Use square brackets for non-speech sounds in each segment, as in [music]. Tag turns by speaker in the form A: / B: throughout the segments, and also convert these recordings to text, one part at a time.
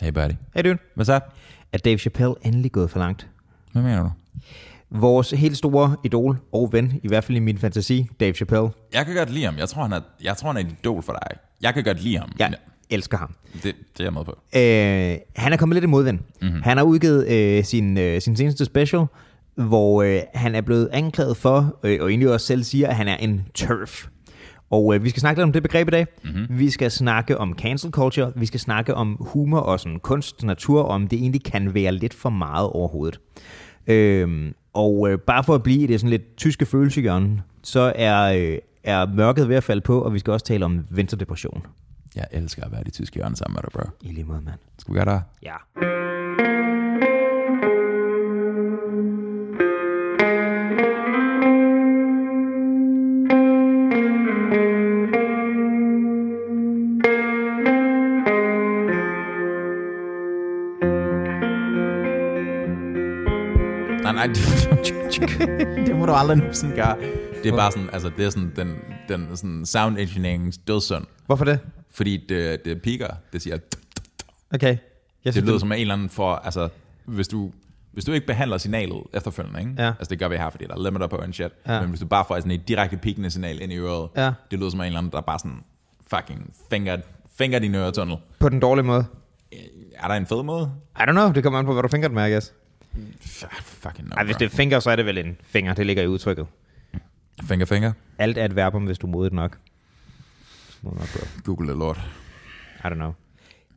A: Hey buddy.
B: Hey dude,
A: Hvad så?
B: er Dave Chappelle endelig gået for langt?
A: Hvad mener du?
B: Vores helt store idol og ven, i hvert fald i min fantasi, Dave Chappelle.
A: Jeg kan godt lide ham. Jeg tror, han er, jeg tror, han er et idol for dig. Jeg kan godt lide ham.
B: Jeg elsker ham.
A: Det, det er jeg med på.
B: Øh, han er kommet lidt i modvind. Mm-hmm. Han har udgivet øh, sin, øh, sin seneste special, hvor øh, han er blevet anklaget for, øh, og egentlig også selv siger, at han er en turf. Og øh, vi skal snakke lidt om det begreb i dag. Mm-hmm. Vi skal snakke om cancel culture. Vi skal snakke om humor og sådan kunst, natur, og om det egentlig kan være lidt for meget overhovedet. Øh, og øh, bare for at blive i det sådan lidt tyske følelsehjørne, så er, øh, er mørket ved at falde på, og vi skal også tale om vinterdepression.
A: Jeg elsker at være i det tyske hjørne sammen med dig, bro.
B: I lige måde, mand.
A: Skal vi gøre det?
B: Ja.
A: Nej, nej. det må du aldrig nogensinde gøre. Det er bare sådan, altså det er sådan den, den sådan sound engineeringens dødssynd.
B: Hvorfor det?
A: Fordi det, det piker, det siger,
B: Okay. Jeg
A: det
B: synes,
A: lyder som en eller anden for, altså hvis du, hvis du ikke behandler signalet efterfølgende, ikke?
B: Ja.
A: altså det gør vi her, fordi der er limiter på en shit,
B: Ja.
A: men hvis du bare får sådan et direkte pikende signal ind i øret,
B: Ja.
A: det lyder som en eller anden, der bare sådan fucking finger, finger din øretunnel.
B: På den dårlige måde.
A: Øh, Er der en fed måde?
B: I don't know, det kommer an på, hvad du finger den med, I guess.
A: F- fucking no,
B: Ej, hvis det er finger, så er det vel en finger, det ligger i udtrykket.
A: Finger, finger.
B: Alt er et verbum, hvis du er modigt nok. Modigt nok, bro.
A: Google det lort.
B: I don't know.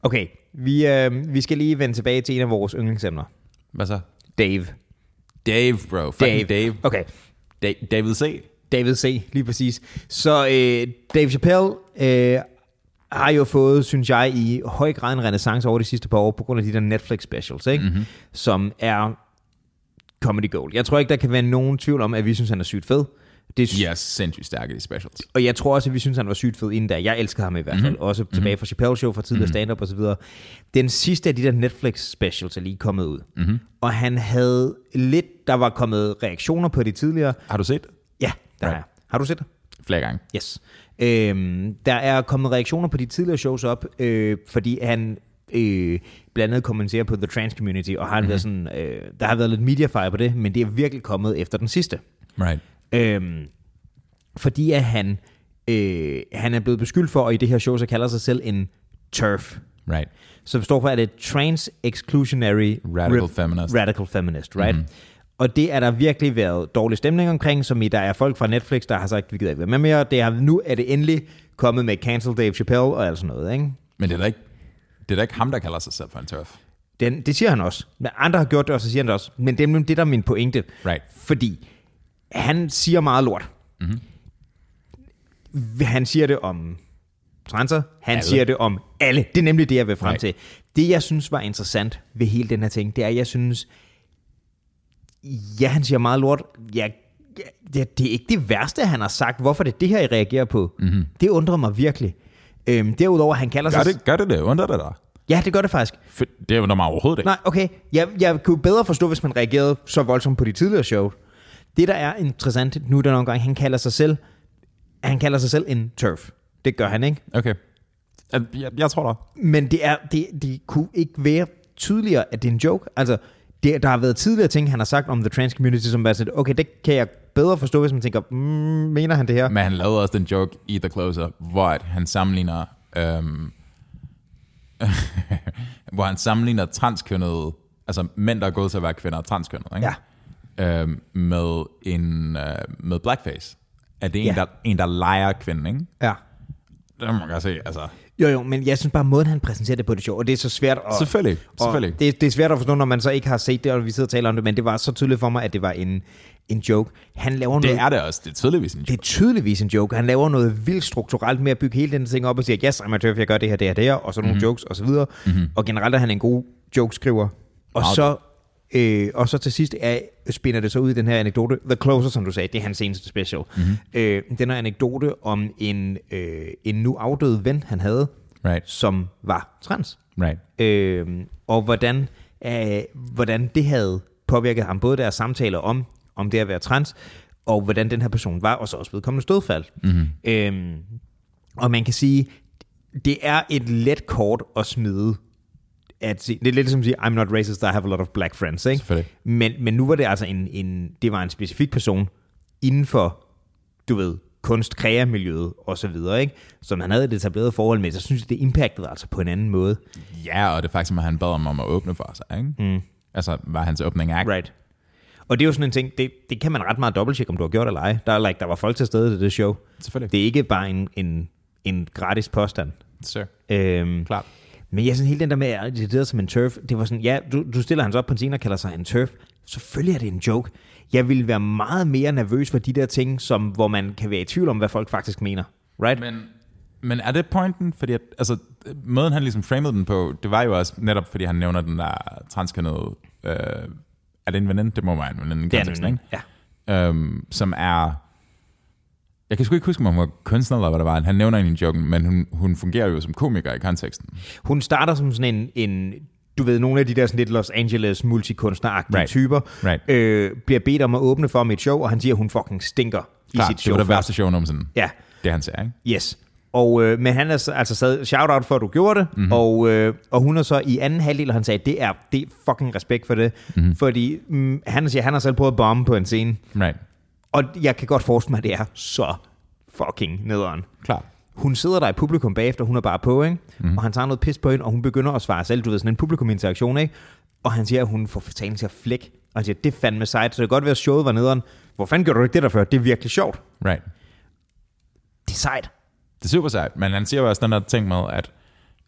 B: Okay, vi, øh, vi skal lige vende tilbage til en af vores yndlingsemner.
A: Hvad så?
B: Dave.
A: Dave, bro. Fucking Dave. Dave.
B: Okay,
A: Da- David C.
B: David C., lige præcis. Så øh, Dave Chappelle øh, har jo fået, synes jeg, i høj grad en renaissance over de sidste par år, på grund af de der Netflix-specials, ikke? Mm-hmm. som er comedy gold. Jeg tror ikke, der kan være nogen tvivl om, at vi synes, han er sygt fed. Det
A: De er sindssygt stærke, de specials.
B: Og jeg tror også, at vi synes, han var sygt fed inden da. Jeg elskede ham i hvert fald. Mm-hmm. Også tilbage fra Chappelle Show, fra tidligere stand-up osv. Den sidste af de der Netflix specials er lige kommet ud. Mm-hmm. Og han havde lidt, der var kommet reaktioner på de tidligere.
A: Har du set det?
B: Ja, der right.
A: Right.
B: har jeg. Har du set det?
A: Flere gange.
B: Yes. Øhm, der er kommet reaktioner på de tidligere shows op, øh, fordi han øh, blandt andet kommenterer på The Trans Community, og har mm-hmm. været sådan, øh, der har været lidt mediafire på det, men det er virkelig kommet efter den sidste.
A: Right.
B: Øhm, fordi at han, øh, han er blevet beskyldt for, og i det her show, så kalder sig selv en TERF.
A: Right.
B: Så står for, at det er Trans Exclusionary
A: Radical
B: Rep-
A: feminist.
B: Radical Feminist, right? Mm-hmm. Og det er der virkelig været dårlig stemning omkring, som i der er folk fra Netflix, der har sagt, vi gider ikke være med mere. Det er, nu er det endelig kommet med Cancel Dave Chappelle og alt sådan noget, ikke?
A: Men det er da ikke, det er da ikke ham, der kalder sig selv for en turf.
B: Den, det siger han også. Men andre har gjort det, og så siger han det også. Men det er nemlig det, der er min pointe.
A: Right.
B: Fordi han siger meget lort. Mm-hmm. Han siger det om transer. Han alle.
A: Alle.
B: siger det om alle. Det er nemlig det, jeg vil frem
A: Right.
B: til. Det, jeg synes var interessant ved hele den her ting, det er, at jeg synes, ja, han siger meget lort. Ja, ja, det er ikke det værste, han har sagt. Hvorfor det er det her, I reagerer på? Mm-hmm. Det undrer mig virkelig. Øhm, derudover, han kalder
A: Gør
B: sig...
A: Altså, det, gør det det? Undrer det dig?
B: Ja, det gør det faktisk.
A: For Det undrer mig overhovedet ikke.
B: Nej, okay. Jeg, jeg kunne bedre forstå, hvis man reagerede så voldsomt på de tidligere show. Det, der er interessant nu, der nogle gange, han kalder sig selv, han kalder sig selv en turf. Det gør han ikke.
A: Okay. Jeg- Jeg, jeg tror da.
B: Men det, er, det, det kunne ikke være tydeligere, at det er en joke. Altså, det, der har været tidligere ting, han har sagt om the trans community, som var sådan, okay, det kan jeg bedre forstå, hvis man tænker, mm, mener han det her?
A: Men han lavede også den joke i The Closer, hvor at han sammenligner... Øhm, [laughs] hvor han sammenligner transkønnede, altså mænd, der er gået til at være kvinder, og transkønnede, ikke? Ja. Øhm, med, en, øh, med blackface. Er det en,
B: Ja.
A: ja. der, en, der leger kvinden, ikke?
B: Ja.
A: Det må man godt se, altså.
B: Jo, jo, men jeg synes bare, måden han præsenterer det på det show, og det er så svært at...
A: Selvfølgelig, selvfølgelig.
B: Og det, det er svært at forstå, når man så ikke har set det, og vi sidder og taler om det, men det var så tydeligt for mig, at det var en, en joke. Han laver
A: Det
B: noget,
A: er det også. Det er tydeligvis en
B: det
A: joke.
B: er tydeligvis en joke. Han laver noget vildt strukturelt med at bygge hele den ting op og siger, yes, I'm a turf, jeg gør det her, det her, det her, og så nogle
A: Mhm.
B: mm-hmm. jokes og så videre. Mm-hmm. Og generelt er han en god jokeskriver. Og
A: Meget
B: så, øh, og så til sidst er, spinder det så ud i den her anekdote. The Closer, som du sagde, det er hans seneste special. Mm-hmm.
A: Mhm.
B: Øh, den her anekdote om en, øh, en nu afdød ven, han havde,
A: Right,
B: som var trans.
A: right.
B: Øh, og hvordan, øh, hvordan det havde påvirket ham, både deres samtaler om, om det at være trans, og hvordan den her person var, og så også vedkommende stødfald. Mm-hmm. Øh, og man kan sige, det er et let kort at smide at sige, det er lidt ligesom at sige, I'm not racist, I have a lot of black friends, ikke?
A: Selvfølgelig.
B: Men, men nu var det altså en, en, det var en specifik person inden for, du ved, kunst, kreamiljøet og så videre, ikke? Som han havde et etableret forhold med, så synes jeg, det impactede altså på en anden måde.
A: Ja, og det er faktisk, at han bad om, om at åbne for sig, ikke? Mm. Altså, var hans åbning akt.
B: Right. Og det er jo sådan en ting, det, det kan man ret meget dobbelttjekke, om du har gjort eller ej. Der, er, like, der var folk til stede til det show.
A: Selvfølgelig.
B: Det er ikke bare en, en, en gratis påstand.
A: Sure.
B: Øhm,
A: Klart.
B: Men jeg synes hele den der med, at det der som en turf, det var sådan, ja, du, du stiller hans op på en scene og kalder sig en turf. Selvfølgelig er det en joke. Jeg ville være meget mere nervøs for de der ting, som, hvor man kan være i tvivl om, hvad folk faktisk mener. Right? Men,
A: Men, men er det pointen? Fordi at, altså, måden han ligesom framede den på, det var jo også netop, fordi han nævner den der transkønnede... Øh, er det en veninde? Det må være en veninde. i
B: det er
A: konteksten,
B: nemlig- ja.
A: ikke? Øhm, som er... Jeg kan sgu ikke huske, om hun var kunstner eller hvad det var. Han nævner hende i joken, men hun, hun fungerer jo som komiker i konteksten.
B: Hun starter som sådan en, en du ved, nogle af de der sådan lidt Los Angeles multikunstneragtige
A: Right.
B: typer,
A: Right.
B: Øh, bliver bedt om at åbne for mit show, og han siger, at hun fucking stinker i
A: Klart,
B: sit
A: det
B: show.
A: var det
B: først.
A: værste show nogensinde.
B: Ja,
A: Det han sagde, ikke?
B: yes. Og, øh, men han er så- altså sad, shout out for, at du gjorde det,
A: Mhm.
B: mm-hmm. og, øh, og hun er så i anden halvdel, og han sagde, det er, det er fucking respekt for det,
A: Mhm.
B: mm-hmm. fordi mm, han siger, han har selv prøvet at bombe på en scene,
A: Right.
B: og jeg kan godt forestille mig, at det er så fucking nederen.
A: Klart.
B: Hun sidder der i publikum bagefter, hun er bare på, ikke? Mm-hmm. og han tager noget pis på hende, og hun begynder at svare selv, du ved, sådan en publikuminteraktion, ikke? og han siger, at hun får fatalen til at flække, og han siger, det er fandme sejt, så det kan godt være, at showet var nederen. Hvor fanden gjorde du ikke det der før? Det er virkelig sjovt.
A: Right.
B: Det er sejt.
A: Det er super sejt, men han siger jo også den der ting med, at,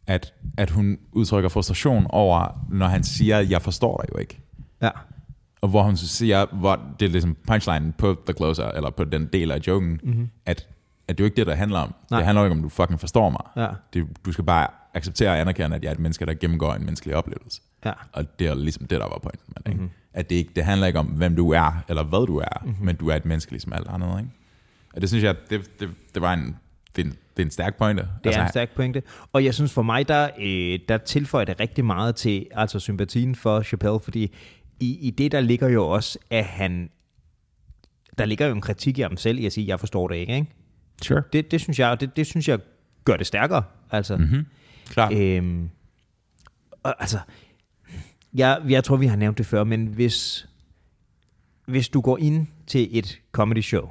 A: at, at hun udtrykker frustration over, når han siger, jeg forstår dig jo ikke.
B: Ja.
A: Og hvor hun så siger, hvor det er ligesom punchline på The Closer, eller på den del af joken, mm-hmm. at, at det er jo ikke det, der handler om. Nej.
B: Mhm. Nej.
A: Det handler jo ikke om, du fucking forstår mig.
B: Ja.
A: Det, du skal bare acceptere og anerkende, at jeg er et menneske, der gennemgår en menneskelig oplevelse.
B: Ja.
A: Og det er ligesom det, der var pointen med det. Ikke?
B: Mhm.
A: Mm-hmm. At det, ikke, det handler ikke om, hvem du er, eller hvad du er, mm-hmm. men du er et menneske ligesom alt andet. Ikke? Og det synes jeg, det, det, det var en, det er en, det er en stærk pointe.
B: Det altså, er en stærk pointe. Og jeg synes for mig, der, øh, der tilføjer det rigtig meget til altså sympatien for Chappelle, fordi i, i det der ligger jo også, at han... Der ligger jo en kritik i ham selv i at sige, jeg forstår det ikke, ikke?
A: Sure.
B: Det, det synes jeg, det, det synes jeg gør det stærkere. Altså, mm-hmm.
A: Klart.
B: øhm, og, altså, jeg, jeg tror, vi har nævnt det før, men hvis, hvis du går ind til et comedy show,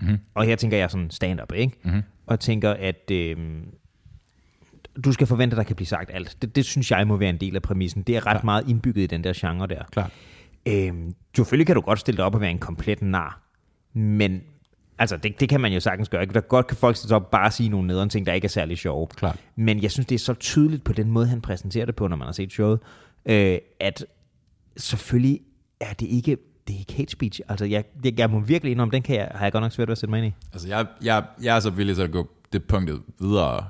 B: mm-hmm. og her tænker jeg sådan stand-up, ikke? Mm-hmm. Og tænker, at øhm, du skal forvente, at der kan blive sagt alt. Det, det synes jeg må være en del af præmissen. Det er ret ja. meget indbygget i den der genre der.
A: Klart.
B: Øhm, selvfølgelig kan du godt stille dig op og være en komplet nar, men altså, det, det kan man jo sagtens gøre. Ikke? Der godt kan folk stille sig op og bare sige nogle nederen ting, der ikke er særlig sjove.
A: Klart.
B: Men jeg synes, det er så tydeligt på den måde, han præsenterer det på, når man har set showet, øh, at selvfølgelig er det ikke det er ikke hate speech. Altså, jeg, jeg, jeg må virkelig indrømme, den kan jeg, har jeg godt nok svært ved at sætte mig ind i.
A: Altså, jeg, jeg, jeg er så villig til at gå det punktet videre,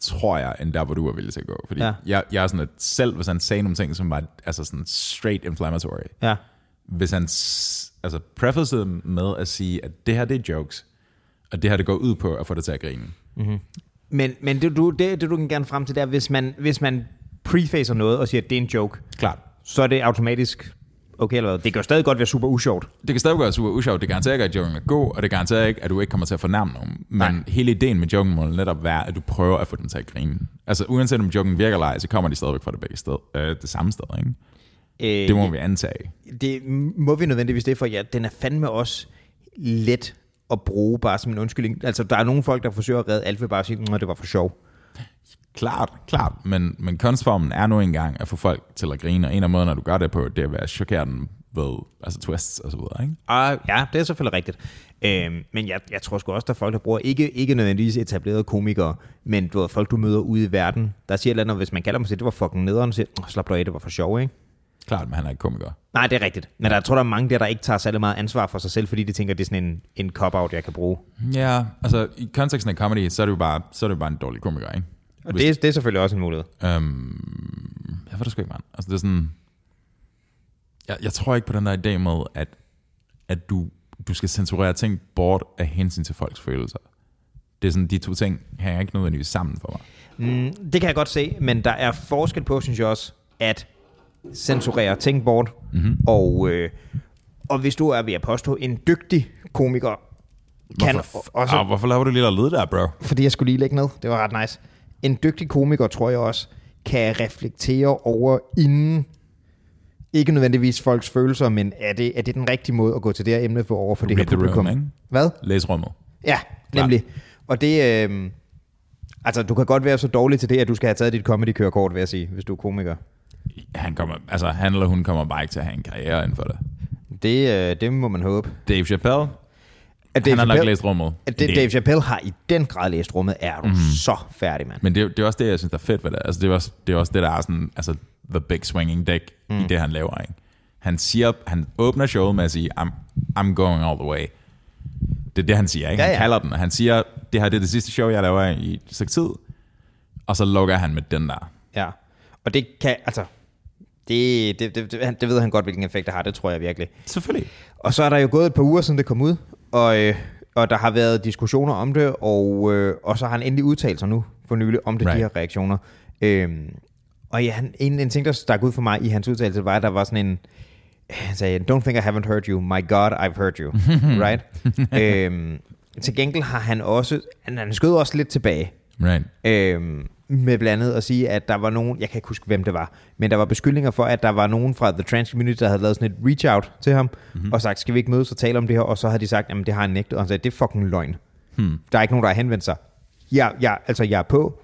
A: tror jeg, end der, hvor du er villig til at gå. Fordi ja.
B: Ja.
A: jeg, jeg er sådan, at selv hvis han sagde nogle ting, som var altså sådan straight inflammatory,
B: Ja,
A: hvis han s- altså, prefacede dem med at sige, at det her, det er jokes, og det her, det går ud på at få det til at grine.
B: men, men det, du, det, det du kan gerne frem til, der, hvis man, hvis man prefacer noget og siger, at det er en joke,
A: Klart.
B: så er det automatisk okay eller hvad. Det kan jo stadig godt være super usjovt.
A: Det kan stadig være super usjovt, det garanterer ikke, at joken er god, og det garanterer ikke, at du ikke kommer til at fornærme nogen. Men Nej.
B: Nej.
A: hele ideen med joken må netop være, at du prøver at få den til at grine. Altså uanset om joken virker eller ej, så kommer de stadigvæk fra det, begge sted, øh, det samme sted, ikke?
B: Øh,
A: Det må vi antage.
B: det må vi nødvendigvis det, for ja, den er fandme også let at bruge bare som en undskyldning. Altså, der er nogle folk, der forsøger at redde alt ved bare at sige, at det var for sjov.
A: Klart, klart, men, men kunstformen er nu engang at få folk til at grine, og en af måderne, du gør det på, det er ved at chokere dem ved altså twists og så videre, ikke?
B: Og Ah, ja, det er selvfølgelig rigtigt. Øhm, men jeg, jeg tror sgu også, der er folk, der bruger ikke, ikke nødvendigvis etablerede komikere, men du ved, folk, du møder ude i verden, der siger et eller andet, hvis man kalder dem og siger, det var fucking nederen, så siger, "Åh, slap dig af, det var for sjov, ikke?
A: Klart, men han er ikke komiker.
B: Nej, det er rigtigt. Men der, jeg tror, der er mange der, der ikke tager særlig meget ansvar for sig selv, fordi de tænker, det er sådan en, en cop-out, jeg kan bruge.
A: Ja, altså i konteksten af comedy, så er det jo bare, så er det jo bare en dårlig komiker, ikke?
B: Og det, er- det er selvfølgelig også en mulighed.
A: Jeg ved det sgu ikke, mand. Altså det er sådan... Jeg, jeg tror ikke på den der idé med, at, at du, du skal censurere ting bort af hensyn til folks følelser. Det er sådan, de to ting hænger ikke nødvendigvis sammen for mig.
B: Mm, det kan jeg godt se, men der er forskel på, synes jeg også, at censurere ting bort,
A: Mhm.
B: mm-hmm. og, øh, og hvis du er, vil jeg påstå, en dygtig komiker, kan
A: Hvorfor,
B: også,
A: også... ah, hvorfor laver du lige der lyd der, bro?
B: fordi jeg skulle lige lægge ned, det var ret nice, en dygtig komiker, tror jeg også, kan reflektere over inden, ikke nødvendigvis folks følelser, men er det, er det den rigtige måde at gå til det her emne for over for det her
A: Read the room,
B: publikum?
A: ikke?
B: Hvad?
A: Læs rummet.
B: Ja, nemlig. Og det, øh, altså du kan godt være så dårlig til det, at du skal have taget dit comedy-kørekort, vil jeg sige, hvis du er komiker.
A: Han, kommer, altså, han eller hun kommer bare ikke til at have en karriere inden for det.
B: Det, øh, det må man håbe.
A: Dave Chappelle,
B: At
A: Dave han har nok
B: Chappelle-
A: læst Mhm. rummet.
B: At det,
A: Det-
B: Dave Chappelle har i den grad læst rummet, er du mm. så færdig, mand.
A: Men det, er- det er også det, jeg synes, der er fedt ved det. Altså, det, er også, det er også det, der er sådan, altså, the big swinging dick mm. i det, han laver. Ikke? Han, siger, han åbner showet med at sige, I'm, I'm going all the way. Det er det, han siger. Ikke?
B: Ja,
A: Han
B: ja.
A: kalder den, og han siger, det her det er det sidste show, jeg laver i et stykke tid. Og så lukker han med den der.
B: Ja. Og det kan, altså, det, det, det, det, han- det ved han godt, hvilken effekt det har, det tror jeg virkelig.
A: Selvfølgelig.
B: Og så er der jo gået et par uger, siden det kom ud, og, øh, og der har været diskussioner om det, og, øh, og så har han endelig udtalt sig nu for nylig om det, right.
A: Right.
B: de her reaktioner. Øhm, og ja, han, en, en ting, der stak ud for mig i hans udtalelse, var, at der var sådan en, han sagde, don't think I haven't heard you, my god, I've heard you, right? øhm, til gengæld har han også, han, han skød også lidt tilbage,
A: Right.
B: øhm, med blandt andet at sige, at der var nogen, jeg kan ikke huske, hvem det var, men der var beskyldninger for, at der var nogen fra The Trans Community, der havde lavet sådan et reach-out til ham,
A: Mhm.
B: mm-hmm. og sagt, skal vi ikke mødes og tale om det her? Og så havde de sagt, jamen det har han nægtet, og han sagde, det er fucking løgn. Hmm. Der er ikke nogen, der har henvendt sig. Ja, ja, altså jeg er på,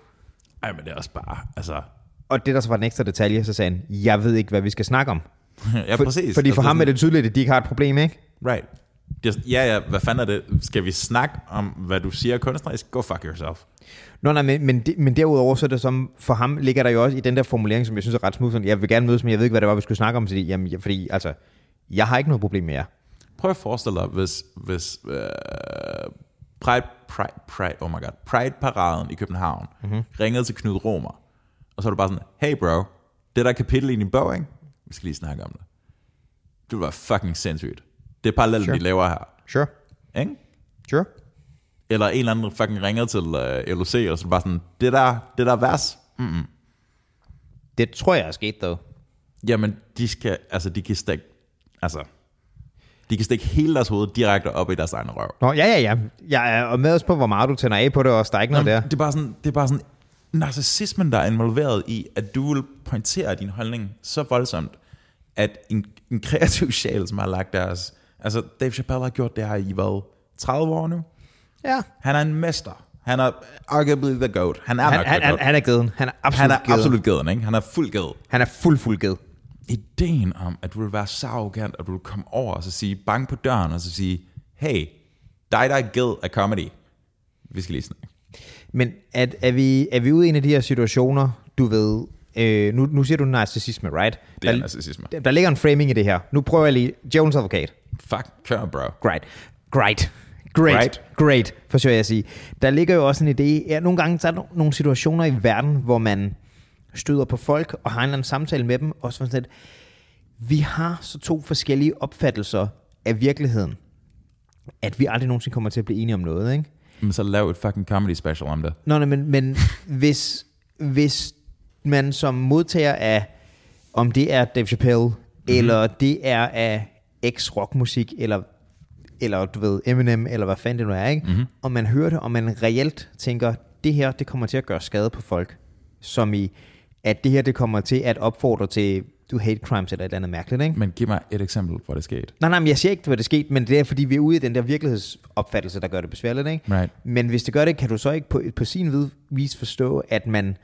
A: Ej, men det er også bare, altså...
B: og det der så var den ekstra detalje, så sagde han, jeg ved ikke, hvad vi skal snakke om.
A: [laughs] ja,
B: For,
A: præcis.
B: Fordi
A: Altså,
B: for ham er
A: sådan-
B: det tydeligt, at de ikke har et problem, ikke?
A: Right. Just, ja, ja, hvad fanden er det? Skal vi snakke om, hvad du siger kunstnerisk? Go fuck yourself.
B: Nå, nej, men, men, de, men derudover så er det som, for ham ligger der jo også i den der formulering, som jeg synes er ret smooth, sådan, jeg vil gerne mødes, men jeg ved ikke, hvad det var, vi skulle snakke om, fordi, jamen, jeg, fordi altså, jeg har ikke noget problem med jer.
A: Prøv at forestille dig, hvis, hvis øh, Pride, Pride, Pride, oh my god, Pride-paraden i København mm-hmm. ringede til Knud Romer, og så er du bare sådan, hey bro, det der kapitel i din bog, ikke? Vi skal lige snakke om det. Det var fucking sindssygt. Det er parallelt, sure.
B: Sure.
A: vi laver her,
B: Sure,
A: ikke?
B: sure.
A: Eller en eller anden fucking ringede til øh, LOC, og så bare sådan, det der, det der vers,
B: Det tror jeg er sket, dog.
A: Jamen, de skal, altså, de kan stikke, altså, de kan stikke hele deres hoved direkte op i deres egen røv.
B: Nå, ja, ja, ja. Jeg er med os på, hvor meget du tænder af på det, og der er ikke noget
A: Jamen,
B: der.
A: det, er bare sådan, det er bare sådan narcissismen, der er involveret i, at du vil pointere din holdning så voldsomt, at en, en kreativ [laughs] sjæl, som har lagt deres... Altså, Dave Chappelle har gjort det her i, hvad, 30 år nu?
B: Ja.
A: Han er en mester. Han er arguably the goat. Han er
B: Han,
A: nok
B: han,
A: the
B: han,
A: goat.
B: han er geden. Han er absolut
A: han
B: geden.
A: er absolut geden, ikke? Han er fuld ged.
B: Han er fuld, fuld ged.
A: ideen om, at du vil være så arrogant, og du vil komme over og så sige, bank på døren, og så sige, hey, dig der er ged af comedy. Vi skal lige snakke.
B: Men at, er, vi, er vi ude i en af de her situationer, du ved... Øh, nu, nu siger du narcissisme, right?
A: Det er altså-
B: Der-
A: narcissisme.
B: Der, der ligger en framing i det her. Nu prøver jeg lige... Jones advokat.
A: Fuck, kør bro.
B: Great. Great. Great.
A: Great.
B: Great. Great, forsøger jeg at sige. Der ligger jo også en idé, ja, nogle gange så er der no- nogle situationer i verden, hvor man støder på folk og har en eller anden samtale med dem, og så er man sådan lidt, vi har så to forskellige opfattelser af virkeligheden, at vi aldrig nogensinde kommer til at blive enige om noget, ikke?
A: Men så lav et fucking comedy special om det.
B: Nå, nej, men, men hvis, hvis man som modtager af, om det er Dave Chappelle, mm-hmm. eller det er af X-rockmusik, eller, eller du ved, Eminem, eller hvad fanden det nu er, ikke?
A: Mhm.
B: Mm-hmm. og man hører det, og man reelt tænker, det her, det kommer til at gøre skade på folk, som i, at det her, det kommer til at opfordre til, du hate crimes eller et eller andet mærkeligt, ikke?
A: Men giv mig et eksempel, hvor det skete.
B: Nej, nej, men jeg siger ikke, hvad det skete, men det er, fordi vi er ude i den der virkelighedsopfattelse, der gør det besværligt, ikke?
A: Right.
B: Men hvis det gør det, kan du så ikke på, på sin vid- vis forstå, at man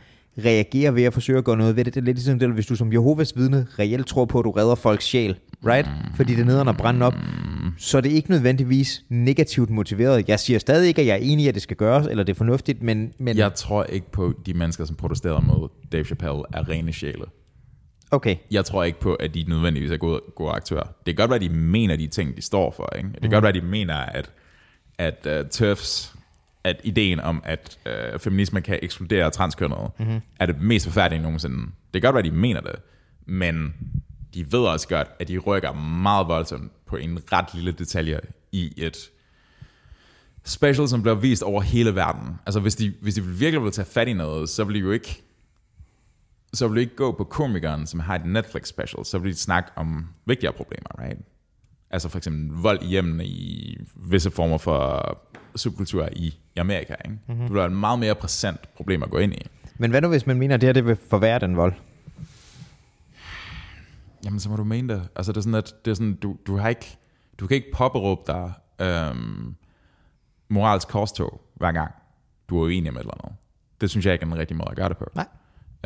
B: reagerer ved at forsøge at gøre noget ved det. Det er lidt ligesom det, hvis du som Jehovas vidne reelt tror på, at du redder folks sjæl, right? Fordi det er nederen at brænde op. Så det er ikke nødvendigvis negativt motiveret. Jeg siger stadig ikke, at jeg er enig i, at det skal gøres, eller det er fornuftigt, men, men
A: Jeg tror ikke på de mennesker, som protesterer mod Dave Chappelle, er rene sjæle.
B: okay.
A: Jeg tror ikke på, at de nødvendigvis er gode, gode aktører. Det kan godt være, at de mener de ting, de står for. Ikke? Det kan godt være, at de mener, at, at uh, TERFs, at ideen om, at uh, feminisme kan ekskludere transkønnede, mm-hmm. er det mest forfærdelige nogensinde. Det kan godt være, at de mener det, men de ved også godt, at de rykker meget voldsomt på en ret lille detalje i et special, som bliver vist over hele verden. Altså, hvis de, hvis de virkelig ville tage fat i noget, så ville de jo ikke så vil du ikke gå på komikeren, som har et Netflix special, så vil de snakke om vigtigere problemer, right? Altså for eksempel vold i hjemmene i visse former for subkulturer i i Amerika, ikke? Mm-hmm. Det vil være et meget mere præsent problem at gå ind i.
B: Men hvad nu, hvis man mener, at det her det vil forværre den vold?
A: Jamen, så må du mene det. Altså, det er sådan, at det er sådan, du, du, har ikke, du kan ikke påberåbe dig øhm, moralsk korstog, hver gang du er uenig med et eller andet. Det synes jeg ikke er den rigtige måde at gøre det på.
B: Nej.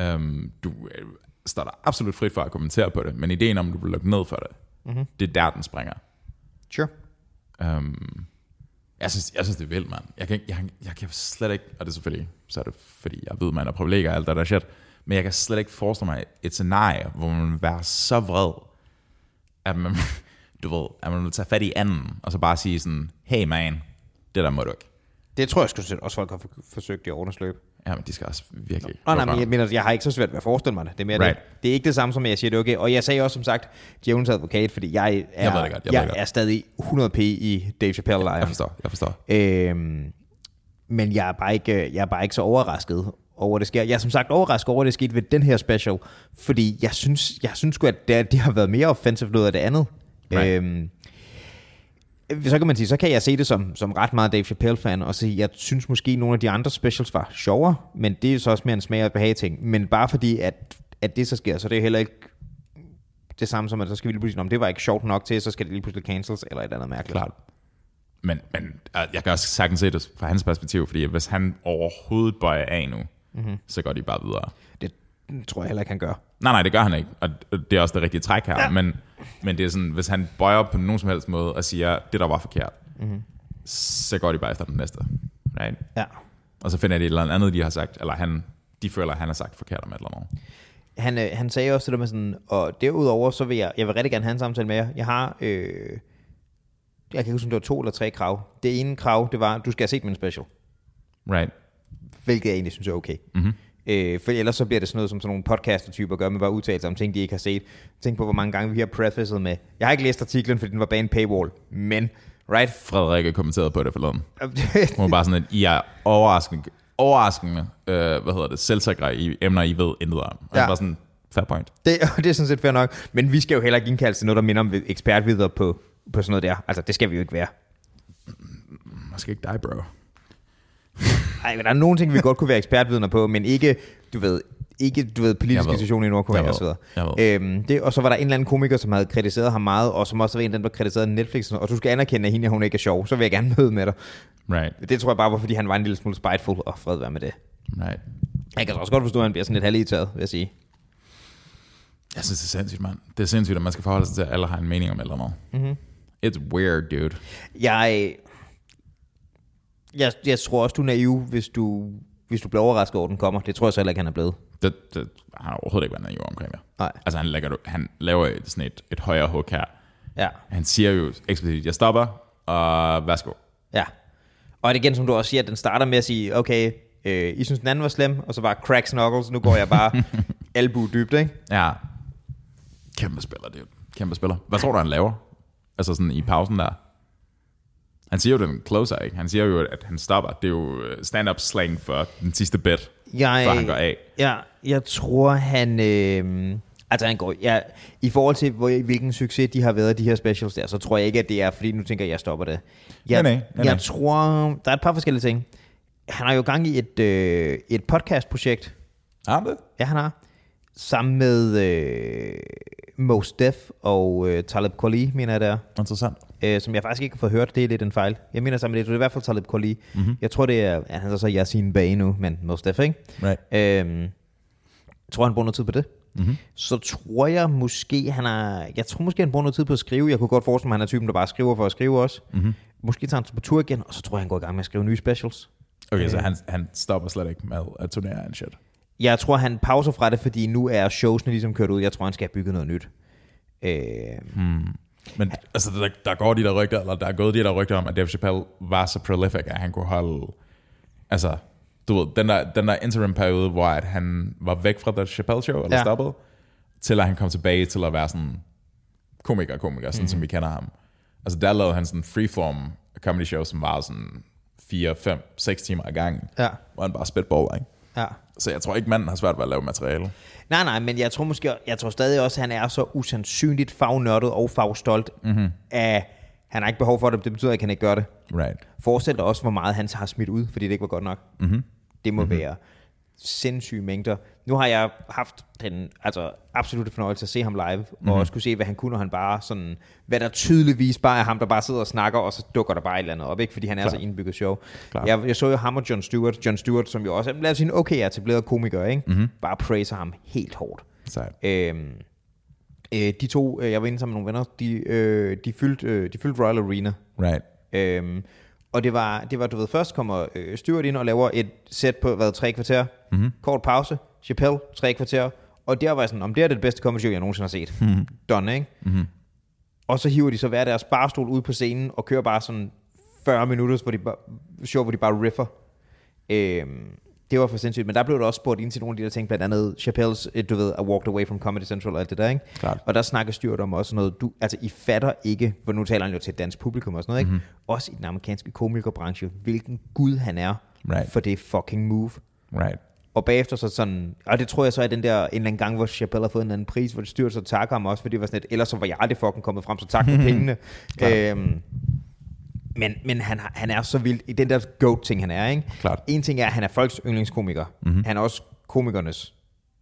A: Øhm, du øh, starter absolut frit for at kommentere på det, men ideen om, at du vil lukke ned for det,
B: Mhm.
A: det er der, den springer.
B: Sure.
A: Øhm, jeg, synes, jeg synes, det er vildt, mand. Jeg kan, ikke- jeg, jeg kan slet ikke, og det er selvfølgelig, så er det fordi, jeg ved, man er privilegier og alt det der shit, men jeg kan slet ikke forestille mig et scenarie, hvor man vil være så vred, at man, [laughs] du ved, at man vil tage fat i anden, og så bare sige sådan, hey man, det der må du ikke.
B: Det tror jeg sgu også, folk har for- forsøgt i årenes løb.
A: Jamen, de skal også virkelig...
B: Nå, nej, men jeg, mener, jeg har ikke så svært ved at forestille mig det. Det er, mere
A: Right.
B: det. det er ikke det samme som, at jeg siger, det er okay. Og jeg sagde også, som sagt, Djævelens advokat, fordi jeg er,
A: Jeg ved det godt, jeg ved
B: jeg
A: det godt.
B: er stadig 100p i Dave
A: jeg
B: Chappelle-lejren.
A: forstår, jeg forstår.
B: Øhm, men jeg er, bare ikke, jeg er bare ikke så overrasket over, at det sker. Jeg er som sagt overrasket over, at det skete ved den her special, fordi jeg synes, jeg synes sgu, at det, det har været mere offensivt noget af det andet.
A: Right.
B: Øhm, øh, så kan man sige, så kan jeg se det som, som ret meget Dave Chappelle-fan, og sige, jeg synes måske, nogle af de andre specials var sjovere, men det er så også mere en smag og et behag ting. Men bare fordi, at, at det så sker, så det er heller ikke det samme som, at så skal vi lige pludselig, om det var ikke sjovt nok til, så skal det lige pludselig cancels, eller et andet mærkeligt.
A: Klart. Men, men øh, jeg kan også sagtens se det fra hans perspektiv, fordi hvis han overhovedet bøjer af nu,
B: Mhm.
A: mm-hmm. så går de bare videre.
B: Det tror jeg heller ikke, han gør.
A: Nej, nej, det gør han ikke, og det er også det rigtige træk her, ja. men, men det er sådan, hvis han bøjer på nogen som helst måde og siger, det der var forkert, mm-hmm. så går de bare efter den næste. Right?
B: Ja.
A: Og så finder de et eller andet, de har sagt, eller han, de føler, at han har sagt forkert om et eller andet.
B: han, øh, han sagde også det der med sådan, og derudover, så vil jeg, jeg vil rigtig gerne have en samtale med jer. Jeg har, øh, jeg kan ikke huske, om det var to eller tre krav. Det ene krav, det var, du skal have set min special,
A: Right?
B: hvilket jeg egentlig synes er okay. Mm-hmm. Øh, for ellers så bliver det sådan noget, som sådan nogle podcaster-typer gør med bare udtalelser om ting, de ikke har set. Tænk på, hvor mange gange vi har prefacet med, jeg har ikke læst artiklen, fordi den var bag en paywall, men, right? [laughs]
A: Frederik kommenterede på det forleden. Hun var bare sådan, at I er overraskende, overraskende øh, hvad hedder det, selvsikre i emner, I ved intet om. Og
B: Ja.
A: ja. bare sådan, fair point.
B: Det, og det er sådan set fair nok. Men vi skal jo heller ikke indkaldes til noget, der minder om ekspertvidere på, på sådan noget der. Altså, det skal vi jo ikke være.
A: "Mm, Måske ikke dig, bro.
B: Ej, men der er nogle ting, vi godt kunne være ekspertvidner på, men ikke, du ved, ikke, du ved, politisk
A: Jeg ved.
B: situation i
A: Jeg
B: Nordkorea
A: ved.
B: og så videre.
A: Jeg
B: Øhm, det, og så var der en eller anden komiker, som havde kritiseret ham meget, og som også var en, af dem, der kritiserede Netflix, og du skal anerkende, at hende, hun ikke er sjov, så vil jeg gerne møde med dig.
A: Right,
B: Det tror jeg bare var, fordi han var en lille smule spiteful, og fred være med det.
A: right.
B: Jeg kan også godt forstå, at han bliver sådan lidt halvirriteret, vil jeg sige.
A: Jeg synes, det er sindssygt, mand. Det er sindssygt, at man skal forholde sig til, at alle har en mening om et eller andet. Mm-hmm. It's weird, dude.
B: Jeg, jeg, jeg tror også, du er naiv, hvis du, hvis du bliver overrasket over, at den kommer. Det tror jeg så heller ikke, han er blevet.
A: Det, det han har overhovedet ikke været naiv omkring det.
B: Nej.
A: Altså, han, lægger, han laver et, sådan et, et højere hug her.
B: Ja.
A: Han siger jo eksplicit, jeg stopper, og værsgo.
B: Ja. Og det er igen, som du også siger, at den starter med at sige, okay, øh, I synes, den anden var slem, og så bare crack knuckles, nu går jeg [laughs] bare albu dybt, ikke?
A: Ja. Kæmpe spiller, det Kæmpe spiller. Hvad tror du, han laver? Altså sådan i pausen der. Han siger jo, det er en closer, ikke? Han siger jo, at han stopper. Det er jo øh, stand-up slang for den sidste bet,
B: Jeg,
A: før han går af.
B: Ja, jeg tror, han... Øh, altså, han går... Ja, I forhold til, hvor, hvilken succes de har været, de her specials der, så tror jeg ikke, at det er, fordi nu tænker jeg, jeg stopper det. Jeg,
A: Nej, nej, nej,
B: jeg
A: nej.
B: tror... Der er et par forskellige ting. Han har jo gang i et, øh, et podcastprojekt,
A: Har han det?
B: Ja, han har. Sammen med øh, Mos Def og øh, Talib Kweli, mener jeg det er.
A: Interessant.
B: Øh, som jeg faktisk ikke har fået hørt, det er lidt en fejl. Jeg mener sammen med det, det er i hvert fald Talib Kweli. Mm-hmm. Jeg tror, det er, ja, han er så Yasin Bage nu, men Mos Def, ikke?
A: Right.
B: Øhm, jeg tror, han bruger noget tid på det. Mm-hmm. Så tror jeg måske, han har... Jeg tror måske, han bruger noget tid på at skrive. Jeg kunne godt forestille mig, at han er typen, der bare skriver for at skrive også. Mm-hmm. Måske tager han på tur igen, og så tror jeg, han går i gang med at skrive nye specials.
A: Okay,
B: Øh.
A: så han, han stopper slet ikke med at turnere en shit.
B: Jeg tror, han pauser fra det, fordi nu er showsene ligesom kørt ud. Jeg tror, han skal have bygget noget nyt. Øh,
A: Men altså, der, der går de der rygter, eller der er gået de der rygter om, at Dave Chappelle var så prolific, at han kunne holde... Altså, du ved, den der, den der interim-periode, hvor at han var væk fra The Chappelle Show, eller
B: Ja.
A: ja. stoppede, til at han kom tilbage til at være sådan komiker, komiker, sådan mm. som vi kender ham. Altså, der lavede han sådan freeform comedy show, som var sådan 4, 5, 6 timer ad gangen,
B: Ja.
A: hvor han bare spædte borger, ikke?
B: ja.
A: Så jeg tror ikke, manden har svært ved at lave materiale.
B: Nej, nej, men jeg tror måske, jeg tror stadig også, at han er så usandsynligt fagnørdet og fagstolt, mm-hmm. at han har ikke behov for det. Det betyder ikke, at han ikke gør det.
A: Right.
B: Forestil dig også, hvor meget han har smidt ud, fordi det ikke var godt nok. Mm-hmm. Det må mm-hmm. være sindssyge mængder. Nu har jeg haft den altså, absolutte fornøjelse at se ham live, mm-hmm. og også kunne se, hvad han kunne, når han bare sådan, hvad der tydeligvis bare er ham, der bare sidder og snakker, og så dukker der bare et eller andet op, ikke? fordi han er
A: Klart.
B: så indbygget sjov.
A: Klart.
B: Jeg, jeg, så jo ham og John Stewart, John Stewart, som jo også er, lad os sige, en okay etableret komiker, ikke? Mm-hmm. bare praiser ham helt hårdt.
A: Sejt.
B: Øhm, øh, de to, øh, jeg var inde sammen med nogle venner, de, øh, de, fyldte, øh, de fyldte Royal Arena
A: Right.
B: Øhm, og det var, det var, du ved, først kommer øh, Stewart ind og laver et sæt på, hvad, tre kvarter, mm-hmm. kort pause, Chappelle, tre kvarter, og der var jeg sådan, om det er det bedste comedy show, jeg nogensinde har set. Mm-hmm. Done, ikke? Mm-hmm. Og så hiver de så hver deres barstol ud på scenen, og kører bare sådan 40 minutter, hvor de bare, show, hvor de bare riffer. Øhm, det var for sindssygt, men der blev der også spurgt ind til nogle af de der ting, blandt andet Chappelle's, øh, du ved, I Walked Away from Comedy Central og alt det der, ikke?
A: Klart.
B: Og der snakker styrt om også noget, du, altså I fatter ikke, for nu taler han jo til et dansk publikum og sådan noget, ikke? Mm-hmm. Også i den amerikanske komikerbranche, hvilken gud han er
A: Right.
B: for det fucking move.
A: Right.
B: Og bagefter så sådan, og det tror jeg så er den der en eller anden gang, hvor Chappelle har fået en eller anden pris, hvor styrt så takker ham også, fordi det var sådan et, ellers så var jeg aldrig fucking kommet frem, så tak
A: [laughs]
B: for pengene. øhm, men, men han, har- han er så vild i den der goat-ting, han er, ikke?
A: Klart. Mhm.
B: En ting er, at han er folks yndlingskomiker. Mm-hmm. Han er også komikernes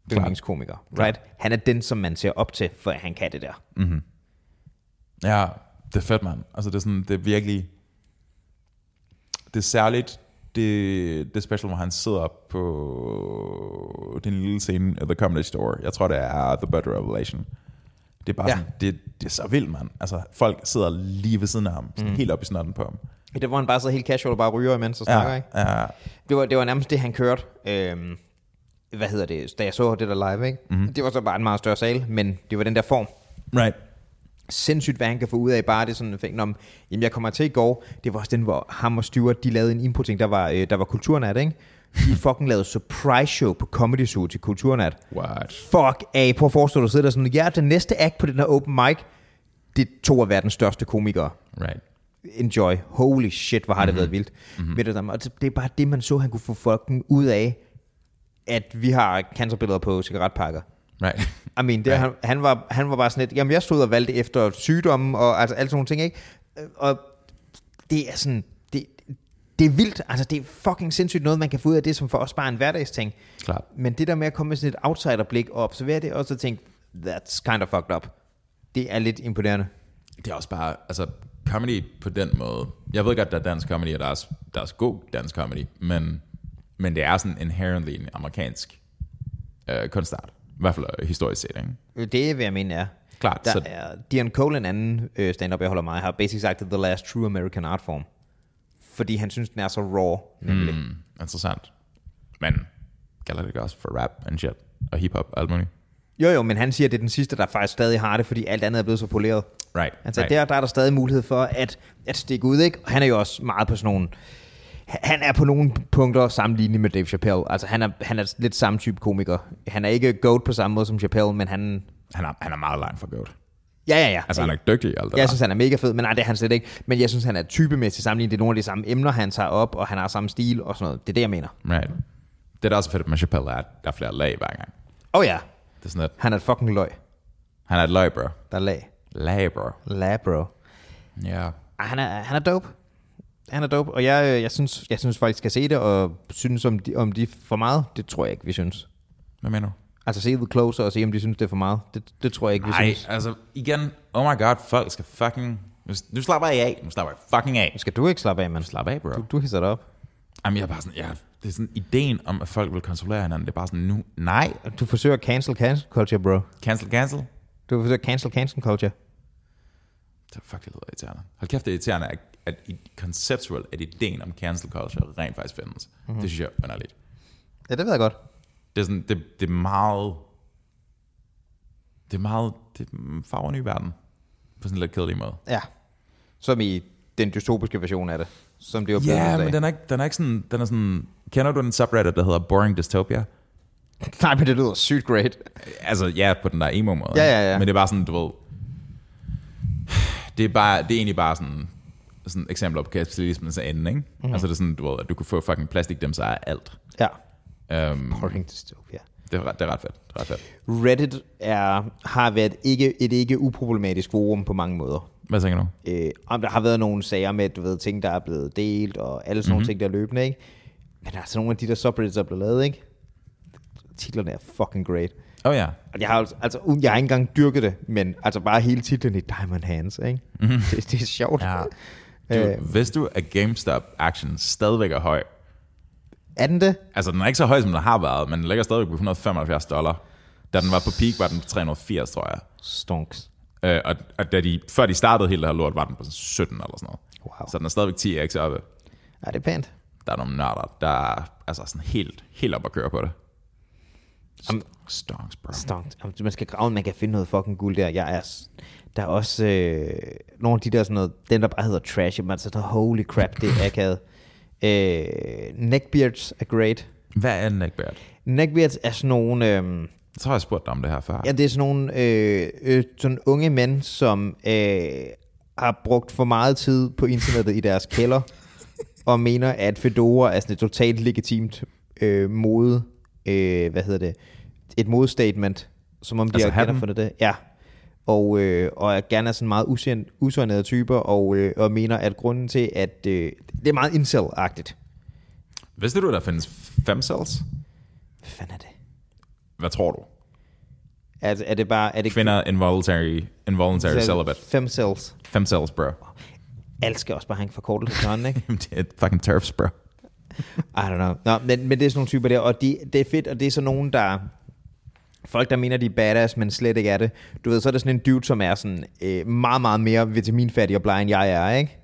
A: Klart.
B: yndlingskomiker, right? Han er den, som man ser op til, for at han kan det der.
A: Ja, det er fedt, mand. Altså, det er sådan, det er virkelig... Det er særligt det, det special, hvor han sidder på den lille scene af The Comedy Store. Jeg tror, det er The Bad Revelation. Det er bare
B: Ja.
A: ja. sådan, det, det er så vildt, mand. Altså, folk sidder lige ved siden af ham. Sådan mm. Helt op i snotten på ham.
B: Det hvor han bare sidder helt casual og bare ryger imens og snakker, ikke?
A: ja,
B: Det var, det var nærmest det, han kørte. Øhm, hvad hedder det? Da jeg så det der live, ikke?
A: Mhm.
B: Mm. Det var så bare en meget større sal, men det var den der form.
A: right.
B: Sindssygt, hvad han kan få ud af bare det sådan fæng, om, jamen jeg kommer til i går, det var også den, hvor ham og Stuart, de lavede en inputting, der var, øh, der var kulturnat, ikke? De fucking lavede surprise show på Comedy Zoo til kulturnat.
A: What?
B: Fuck af, prøv at forestille dig, du sidder der sådan, ja, den næste act på den her open mic, det er to af verdens største komikere
A: Right.
B: enjoy. Holy shit, hvor har det været vildt. Mm-hmm. Ved du, hvad, og det det er bare det, man så, han kunne få fucking ud af, at vi har cancerbilleder på cigaretpakker.
A: Right. [laughs]
B: I mean, det, han, han, var, han var bare sådan lidt, jamen jeg stod og valgte efter sygdomme og altså alle sådan nogle ting, ikke? Øh, Og det er sådan, det, det er vildt, altså det er fucking sindssygt noget, man kan få ud af det, som for os bare er en hverdagsting.
A: Klart.
B: Men det der med at komme med sådan et outsiderblik og observere det, og så tænke, that's kind of fucked up. Det er lidt imponerende.
A: det er også bare, altså comedy på den måde, jeg ved godt, der er dansk comedy, og der er, også- der er også god dansk comedy, men, men det er sådan inherently en amerikansk øh, kunstart, i hvert fald øh, historisk set, ikke?
B: Det vil jeg mene, ja.
A: Klart,
B: Der
A: så-
B: er Dion Cole, en anden øh, stand-up, jeg holder meget af, har basic sagt, the last true American art form. Fordi han synes, den er så raw, nemlig. Mm.
A: Mm, interessant. Men gælder det ikke også for rap and shit, og hiphop og alt muligt?
B: Jo, jo, men han siger, at det er den sidste, der faktisk stadig har det, fordi alt andet er blevet så poleret.
A: Right,
B: Altså,
A: right.
B: der, der er der stadig mulighed for at, at stikke ud, ikke? Og han er jo også meget på sådan nogle... Han er på nogle punkter sammenlignet med Dave Chappelle. Altså, han er, han er lidt samme type komiker. Han er ikke goat på samme måde som Chappelle, men han...
A: Han er, han er meget langt fra goat.
B: Ja, ja, ja.
A: Altså, han er dygtig og alt det
B: Jeg
A: der.
B: synes, han er mega fed, men nej, det er han slet ikke. Men jeg synes, han er typemæssigt sammenlignet. Det er nogle af de samme emner, han tager op, og han har samme stil og sådan noget. Det er det, jeg mener.
A: Right. Det, der er også fedt med Chappelle, er, at der er flere lag hver gang.
B: Åh oh, ja,
A: Det er sådan, at
B: han er et fucking løg.
A: han er et løg, bro.
B: Der er lag.
A: Lag, bro.
B: La, bro.
A: Ja. Yeah.
B: Ej, han er, han er dope. Han er dope, og jeg, øh, jeg, synes, jeg synes folk skal se det, og synes om de, om de for meget, det tror jeg ikke, vi synes.
A: Hvad mener du?
B: Altså se The Closer og se, om de synes, det er for meget. Det, det tror jeg ikke, vi
A: Nej,
B: synes.
A: altså igen, oh my god, folk skal fucking... Nu, nu slapper jeg af, nu slapper jeg fucking af.
B: Skal du ikke slappe af, mand?
A: Slap af, bro.
B: Du, du hisser dig op.
A: Jamen, jeg er bare sådan, jeg, det er sådan ideen om, at folk vil kontrollere hinanden. Det er bare sådan, nu, nej,
B: Du forsøger at cancel cancel culture, bro.
A: cancel, cancel.
B: Du forsøger at cancel cancel culture.
A: Det, fuck, det lyder irriterende. Hold kæft, det er irriterende, at, at i- conceptual, at ideen om cancel culture rent faktisk findes. Mm-hmm. Det synes jeg er underligt.
B: Ja, det ved jeg godt.
A: Det er sådan, det, det er meget... Det er meget... Det er farver ny verden. På sådan en lidt kedelig måde.
B: Ja. Som i den dystopiske version af det. Som det var blevet
A: Ja,
B: yeah,
A: men
B: den...
A: den er, ikke, den er ikke sådan... Den er sådan kender du den subreddit, der hedder Boring Dystopia?
B: [laughs] Nej, men det lyder sygt great.
A: Altså, ja, på den der emo måde.
B: Ja, ja, ja.
A: Men det er bare sådan, du ved... Det er, bare, det er egentlig bare sådan, sådan eksempler på kapitalismens ende, ikke?
B: Mhm.
A: Mm. Altså det er sådan, du ved, at du kan få fucking plastikdæmser af alt.
B: Ja.
A: Um,
B: Boring dystopia.
A: det, er, ret- det er ret fedt. Det er ret fedt.
B: Reddit er, har været ikke, et ikke uproblematisk forum på mange måder.
A: Hvad tænker du?
B: Øh, om der har været nogle sager med, du ved, ting, der er altså, blevet delt, og alle sådan mm-hmm. nogle ting, der er løbende, ikke? Men der er så nogle af de der subreddits, der er blevet lavet, ikke? titlerne er fucking great.
A: Oh ja,
B: Og jeg har altså, altså uden- jeg har ikke engang dyrket det, men altså bare hele titlen i Diamond Hands, ikke? Mm. [laughs] Det, det, er sjovt.
A: Ja.
B: Øh,
A: Du, hvis du er GameStop-action stadigvæk er høj,
B: er den det?
A: altså den er ikke så høj, som den har været, men den ligger stadigvæk på 175 dollar. Da den var på peak, var den på 380, tror jeg.
B: Stonks.
A: Øh, og, og da de, før de startede hele det her lort, var den på sådan 17 eller sådan noget.
B: Wow.
A: Så den er stadigvæk 10x oppe.
B: Ja, det er pænt.
A: Der er nogle nørder, der er altså sådan helt, helt op at køre på det.
B: Am-
A: Stonks, bro.
B: Stonks. Jamen, Man skal grave, man kan finde noget fucking guld der. Jeg er, s- der er også øh, nogle af de der sådan noget, den der bare hedder trash, man så der holy crap, det er akavet. Øh, neckbeards er great.
A: Hvad er en neckbeard?
B: Neckbeards er sådan nogle, øh,
A: Jeg tror, jeg spurgte dig om det her før.
B: ja, det er sådan nogle øh, øh, sådan unge mænd, som øh, har brugt for meget tid på internettet i deres
A: [laughs]
B: kælder, og mener, at fedora er sådan et totalt legitimt øh, mode, øh, hvad hedder det, et modestatement, som om de
A: Altså
B: har
A: hatten?
B: genopfundet det. Ja. Og, øh, og er gerne er sådan meget usind- usignede typer, og, øh, og mener, at grunden til, at øh, det er meget incel-agtigt.
A: Vidste du, at der findes femcells?
B: Hvad fanden er det?
A: Hvad tror du?
B: Altså, er det bare... Er det
A: Kvinder involuntary, involuntary celibate.
B: Fem cells.
A: Femcells, bro.
B: Alt skal også bare have en forkortelse i hånden, ikke?
A: Jamen, det er et fucking turfs, bro.
B: I don't know. Nå, men, men det er sådan nogle typer der, og de, det er fedt, og det er sådan nogen, der... Folk, der mener, de er badass, men slet ikke er det. Du ved, så er det sådan en dude, som er sådan øh, meget, meget mere vitaminfattig og bleg, end jeg er, ikke?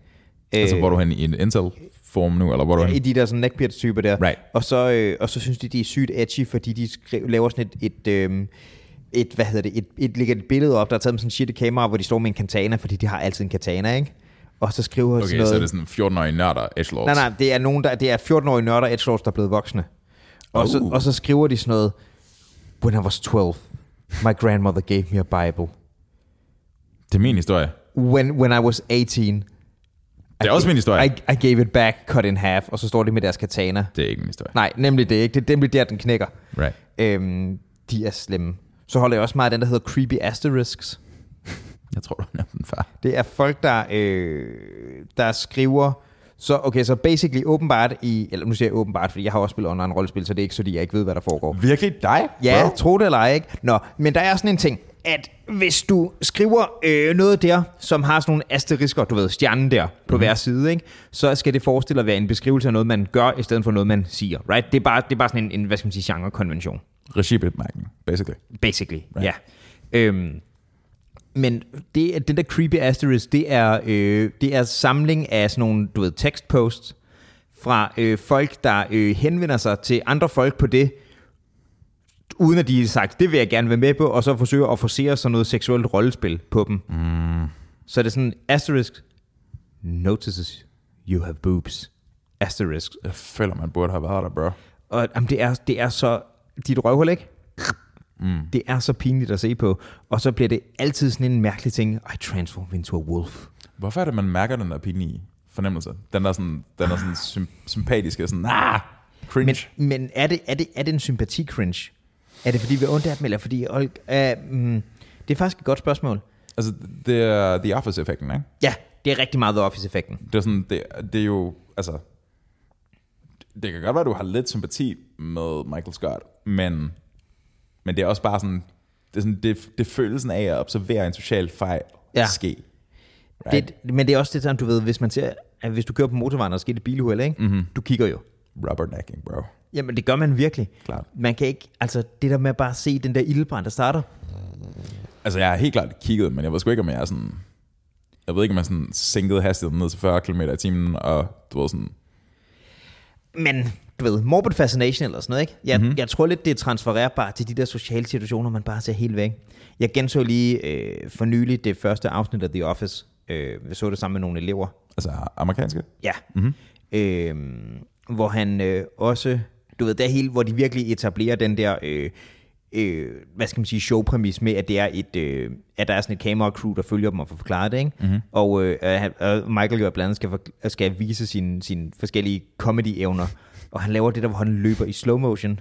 A: Øh. Altså, hvor er du hen i en Intel-form nu, eller hvor er du
B: I
A: hen?
B: de der sådan neckbeards-typer der.
A: Right.
B: Og, så, øh, og så synes de, de er sygt edgy, fordi de skrev, laver sådan et... et øh, et, hvad hedder det, et, et, lægger et billede op, der er taget med sådan en shit kamera, hvor de står med en katana, fordi de har altid en katana, ikke? Og så skriver sådan
A: Okay,
B: noget,
A: så er det sådan 14-årige nørder, edgelords.
B: Nej, nej, det er, nogen, der, det er 14-årige nørder edgelords, der er blevet voksne. Og, oh. så,
A: Oh.
B: og så skriver de sådan noget, When I was 12, my grandmother gave me a Bible.
A: Det er min historie.
B: When, when I was 18,
A: Det er også min historie.
B: I, I gave it back, cut in half. Og så står de med deres katana.
A: Det er ikke min historie.
B: Nej, nemlig det ikke. Det er nemlig der, den knækker.
A: Right.
B: Øhm, de er slemme. Så holder jeg også meget af den, der hedder Creepy Asterisks.
A: Jeg tror, du har nævnt den før.
B: Det er folk, der, øh, der skriver... Så, okay, så basically åbenbart i... Eller nu siger jeg åbenbart, fordi jeg har også spillet online-rollespil, så det er ikke, fordi jeg ikke ved, hvad der foregår.
A: Virkelig dig?
B: Ja, tro det eller ej, ikke? Nå, men der er sådan en ting, at hvis du skriver øh, noget der, som har sådan nogle asterisker, du ved, stjernen der på mm-hmm. hver side, ikke? så skal det forestille at være en beskrivelse af noget, man gør, i stedet for noget, man siger. Right? Det, er bare, det er bare sådan en, en hvad skal man sige, genrekonvention
A: Regibetmærken, basically.
B: basically. Right. Ja. Øhm, men det, er- den der creepy asterisk, det er, øh, det er samling af sådan nogle, du ved, tekstposts fra øh, folk, der øh, henvender sig til andre folk på det, uden at de har sagt, det vil jeg gerne være med på, og så forsøger at forsere sådan noget seksuelt rollespil på dem. Mm. Så er det sådan, asterisk, notices you have boobs. Asterisk.
A: Jeg føler, man burde have været der, bro.
B: Og jamen, det, er, det er så... Dit røvhul, ikke? Mm. Det er så pinligt at se på. Og så bliver det altid sådan en mærkelig ting. I transform into a wolf.
A: Hvorfor er det, man mærker den der pinlige fornemmelse? Den der sådan, den der sådan sym- sympatiske, sådan, ah, cringe.
B: Men, men er, det, er, det, er det en sympati-cringe? Er det, fordi vi er ondt af dem, eller fordi... Olk, uh, mm, det er faktisk et godt spørgsmål.
A: altså, det er The Office-effekten, ikke?
B: Ja, det er rigtig meget The Office-effekten.
A: Det er sådan, det, det er jo, altså, det kan godt være, at du har lidt sympati med Michael Scott, men, men det er også bare sådan, det er, sådan, det, det er følelsen af at observere en social fejl
B: Ja.
A: ja. ske. Right?
B: Right. Det, men det er også det sådan, du ved, hvis man ser... At hvis du kører på motorvejen, og der sker et biluheld, ikke? Mm-hmm. Du kigger jo.
A: Rubbernecking, bro.
B: Jamen, det gør man virkelig.
A: Klart.
B: Man kan ikke... Altså, det der med at bare se den der ildbrand, der starter.
A: Altså, jeg har helt klart kigget, men jeg ved sgu ikke, om jeg er sådan... Jeg ved ikke, om jeg sådan sænkede hastigheden ned til 40 km i timen, og du ved sådan...
B: Men du ved, morbid fascination eller sådan noget, ikke? Jeg, mm-hmm. jeg tror lidt, det er transfererbart til de der sociale situationer, man bare ser helt væk. Jeg genså lige øh, for nylig det første afsnit af The Office. Øh, jeg så det sammen med nogle elever.
A: Altså, amerikanske?
B: Ja. Mm-hmm. Øh, hvor han øh, også, du ved, der hele, hvor de virkelig etablerer den der, øh, øh, hvad skal man sige, showpræmis med, at det er et, øh, at der er sådan et camera crew, der følger dem og får forklaret det, ikke? Mm-hmm. Og øh, øh, han- øh, Michael jo blandt andet skal, for, skal vise sine, sine forskellige comedy-evner, og han laver det der, hvor han løber i slow motion.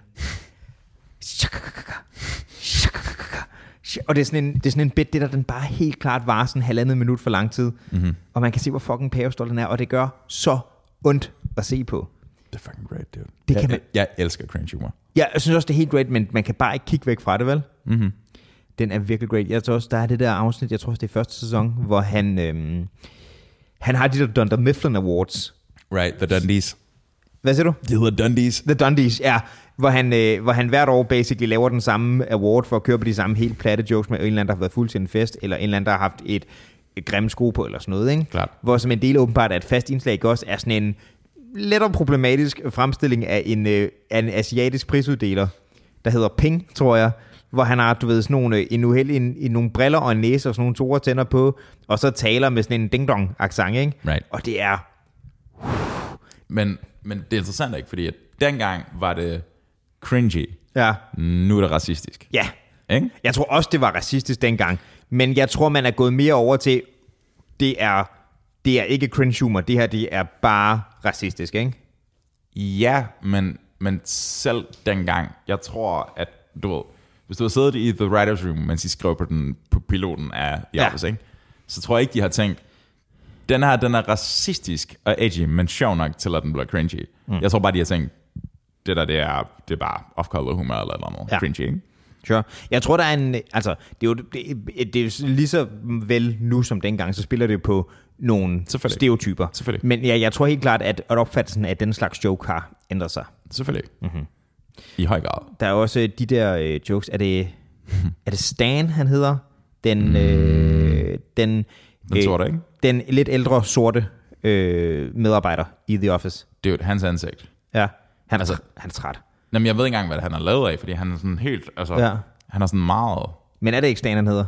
B: Og det er, sådan en, det er sådan en bit, det der den bare helt klart var sådan halvandet minut for lang tid. Mm-hmm. Og man kan se, hvor fucking pavestolt den er, og det gør så ondt at se på.
A: det er fucking great, dude.
B: Det
A: jeg,
B: kan man-
A: jeg, jeg elsker cringe humor.
B: Ja, jeg synes også, det er helt great, men man kan bare ikke kigge væk fra det, vel?
A: Mm-hmm.
B: Den er virkelig great. Jeg tror også, der er det der afsnit, jeg tror også, det er første sæson, hvor han, øhm, han har de der Dunder Mifflin Awards.
A: Right, The Dundies.
B: Hvad siger du?
A: Det hedder Dundies.
B: The Dundies, ja. Hvor han, øh, hvor han hvert år basically laver den samme award for at køre på de samme helt platte jokes med en eller anden, der har været fuld til en fest, eller en eller anden, der har haft et, et grimme sko på, eller sådan noget, ikke?
A: Klart.
B: Hvor som en del åbenbart er et fast indslag, ikke også er sådan en lettere problematisk fremstilling af en, øh, af en asiatisk prisuddeler, der hedder Ping, tror jeg, hvor han har, du ved, sådan nogle, øh, en uheldig, en, en, nogle briller og en næse og sådan nogle store tænder på, og så taler med sådan en ding-dong-accent, ikke?
A: Right.
B: Og det er
A: Men, men det er interessant ikke, fordi at dengang var det cringy.
B: Ja.
A: Nu er det racistisk.
B: Ja,
A: Ikke?
B: Jeg tror også, det var racistisk dengang. Men jeg tror, man er gået mere over til, det er, det er ikke cringe humor. Det her, det er bare racistisk, ikke?
A: Ja, men, men selv dengang, jeg tror, at du ved, hvis du har siddet i The Writers Room, mens de skrev på, den, på piloten af The
B: Ja.
A: ja. Office, ikke? så tror jeg ikke, de har tænkt, den her den er racistisk og edgy, men sjov nok til, at den bliver cringy. Mm. Jeg tror bare, de har tænkt, det der, det er, det er bare off-color humor eller noget andet.
B: Ja.
A: Ja. Cringy, ikke?
B: Sure. Jeg tror, der er en... Altså, det er jo det, det er jo lige så vel nu som dengang, så spiller det på nogle
A: Selvfølgelig.
B: stereotyper.
A: Selvfølgelig.
B: Men ja, jeg tror helt klart, at at opfattelsen af den slags joke har ændret sig.
A: Selvfølgelig. Mm-hmm. I høj grad.
B: Der er også øh, de der øh, jokes. Er det, er det Stan, han hedder? Den, øh, den,
A: Mm.
B: øh,
A: Den sorte, ikke?
B: Den lidt ældre sorte øh, medarbejder i The Office.
A: Dude, hans ansigt.
B: Ja, han er, altså,
A: Altså-
B: han er træt.
A: Jamen, jeg ved ikke engang, hvad han er lavet af, fordi han er sådan helt, altså,
B: Ja.
A: ja. han er sådan meget
B: Men er det ikke Stan, han hedder?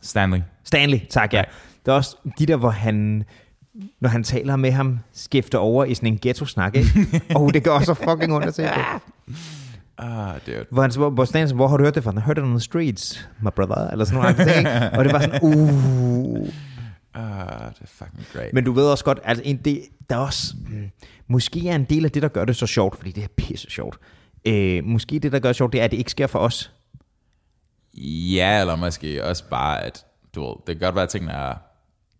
A: Stanley.
B: Stanley, tak ja.
A: Nej.
B: Der er også de der, hvor han, når han taler med ham, skifter over i sådan en
A: [laughs]
B: ghetto-snak, ikke? oh, det gør også så fucking ondt at se på.
A: Ah, dude.
B: Hvor, han, hvor, hvor Stan siger, hvor har du hørt det fra? Han har hørt det on the streets, my brother, eller sådan noget. Ting, ikke? og det var sådan, uh.
A: Ah, det er fucking great.
B: Men du ved også godt, altså en del, der er også, mm, måske er en del af det, der gør det så sjovt, fordi det er pisse sjovt. Øh, måske det, der gør det sjovt, det er, at det ikke sker for os.
A: Ja, eller måske også bare, at du ved, det kan godt være, at tingene er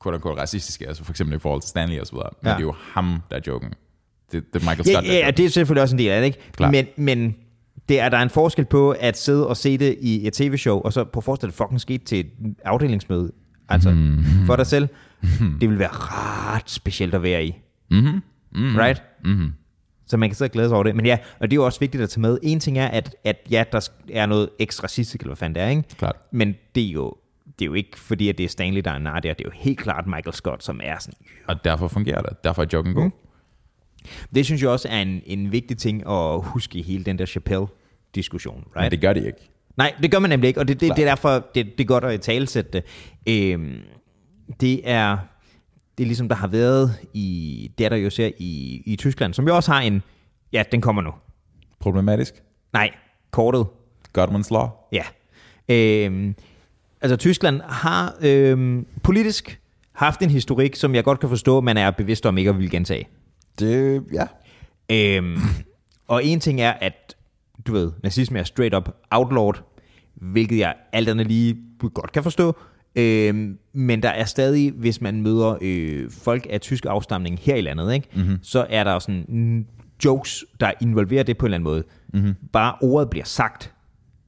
A: quote unquote racistiske, altså for eksempel i forhold til Stanley og så videre, men
B: Ja.
A: det er jo ham, der er joken. Det, det er Michael
B: Ja,
A: Scott, der
B: ja,
A: er
B: det er selvfølgelig også en del af det, ikke?
A: Klart.
B: Men, men det er, der er en forskel på at sidde og se det i et tv-show, og så på forestille, det fucking skete til et afdelingsmøde. Altså, mm. for dig selv. Det vil være ret specielt at være i. Mm-hmm. Mm-hmm. Right? Mm-hmm.
A: Mhm,
B: Så man kan sidde og glæde sig over det. Men ja, og det er jo også vigtigt at tage med. En ting er, at, at ja, der er noget ekstra racistisk, eller hvad fanden det er, ikke?
A: Klart.
B: Men det er jo, det er jo ikke fordi, at det er Stanley, der er nar der. Det er jo helt klart Michael Scott, som er sådan
A: Og derfor fungerer det. Derfor er joken god. Mm.
B: Det synes jeg også er en, en vigtig ting at huske i hele den der Chappelle-diskussion,
A: Men
B: right? Det,
A: det gør de ikke.
B: Nej, det gør man nemlig ikke, og det, det, det er
A: Klar.
B: derfor, det, det er godt at talsætte det. Øhm, det er det er ligesom der har været i, det er der jo ser i, i Tyskland, som jo også har en, ja, den kommer nu.
A: Problematisk.
B: Nej, kortet.
A: Godmans Law.
B: Ja. Øhm, altså Tyskland har øhm, politisk haft en historik, som jeg godt kan forstå, man er bevidst om ikke at ville gentage.
A: Det, ja.
B: Øhm, og en ting er, at du ved, nazisme er straight up outlawed, hvilket jeg alt andet lige godt kan forstå. Øhm, men der er stadig, hvis man møder øh, folk af tysk afstamning her i landet, ikke,
A: Mhm.
B: mm-hmm. så er der jo sådan mm, jokes, der involverer det på en eller anden måde. Mm-hmm. Bare ordet bliver sagt.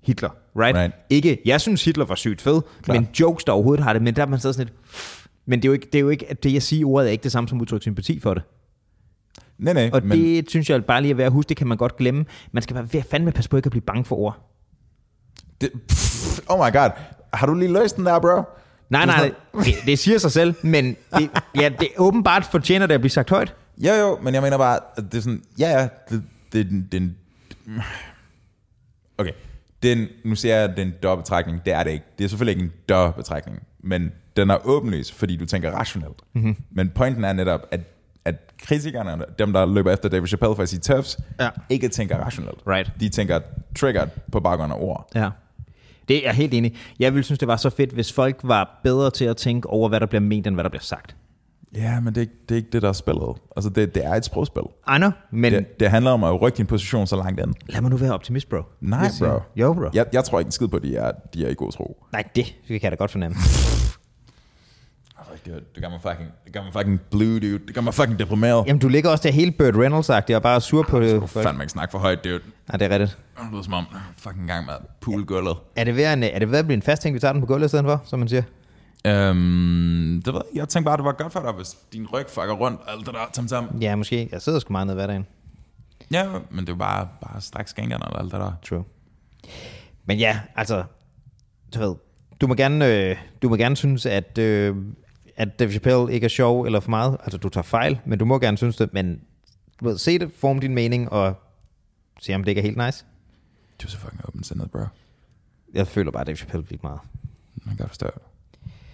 B: Hitler, right?
A: Mhm. Right.
B: Ikke, jeg synes Hitler var sygt fed, Klar.
A: Klar.
B: men jokes, der overhovedet har det, men der er man stadig sådan lidt... Men det er jo ikke, det, er jo ikke, at det at sige ordet er ikke det samme som at udtrykke sympati for det.
A: Nej, nej.
B: [laughs] Og
A: men,
B: men, det synes jeg bare lige er værd at huske, det kan man godt glemme. Man skal bare være fandme passe på ikke at blive bange for ord.
A: det pff, oh my god. Har du lige løst den der, bro?
B: Nej,
A: Det er
B: nej,
A: sådan-
B: det, det siger sig selv, men det, ja, det åbenbart fortjener det at blive sagt højt.
A: Jo, jo, men jeg mener bare, at det er sådan, ja, ja, det, det, det, det okay, den, nu ser jeg den dobbeltrækning, det er det ikke. Det er selvfølgelig ikke en dobbeltrækning, men den er åbenløs, fordi du tænker rationelt.
B: Mhm.
A: Mm-hmm. Men pointen er netop, at, at kritikerne, dem der løber efter David Chappelle for at sige tøfs,
B: Ja.
A: ikke tænker rationelt.
B: Right.
A: De tænker triggered på baggrund af ord.
B: Ja. Det er jeg helt enig. i. Jeg ville synes, det var så fedt, hvis folk var bedre til at tænke over, hvad der bliver ment, end hvad der bliver sagt.
A: Ja, men det er, ikke, det er ikke det, der er spillet. Altså, det, det er et sprogspil.
B: I know, men det.
A: Det, det handler om at rykke din position så langt ind.
B: lad mig nu være optimist, bro.
A: Nej,
B: Jeg siger-
A: bro.
B: Jo, bro. Ja.
A: Jeg, jeg tror ikke en skid på, at de er, de er i god tro.
B: Nej, det kan jeg da godt fornemme.
A: Altså, gør, det gør mig fucking, det gør mig fucking blue, dude. Det gør mig fucking deprimeret.
B: Jamen, du ligger også der helt Burt reynolds og er bare sur på
A: Jeg
B: det.
A: skulle fandme ikke snakke for højt, dude.
B: Nej, det er rigtigt.
A: Det lyder som om, fucking gang med poolgulvet.
B: Er det ved at, er det ved at blive en fast ting, vi tager den på gulvet i stedet for, som man siger?
A: Øhm, det ved jeg, ikke. jeg tænkte bare, det var godt for dig, hvis din ryg fucker rundt, alt det der, tam tam.
B: Ja, måske. Jeg sidder sgu meget ned i hverdagen.
A: Ja, men det er jo bare, bare straks gængerne og alt det der.
B: True. Men ja, altså, du ved, du må gerne, øh, du må gerne synes, at, øh, at Dave Chappelle ikke er sjov eller for meget. Altså, du tager fejl, men du må gerne synes det. Men du ved, se det, form din mening, og se om det ikke er helt nice.
A: Du er så fucking åben bro.
B: Jeg føler bare, at Dave Chappelle vildt meget.
A: Man kan godt forstå.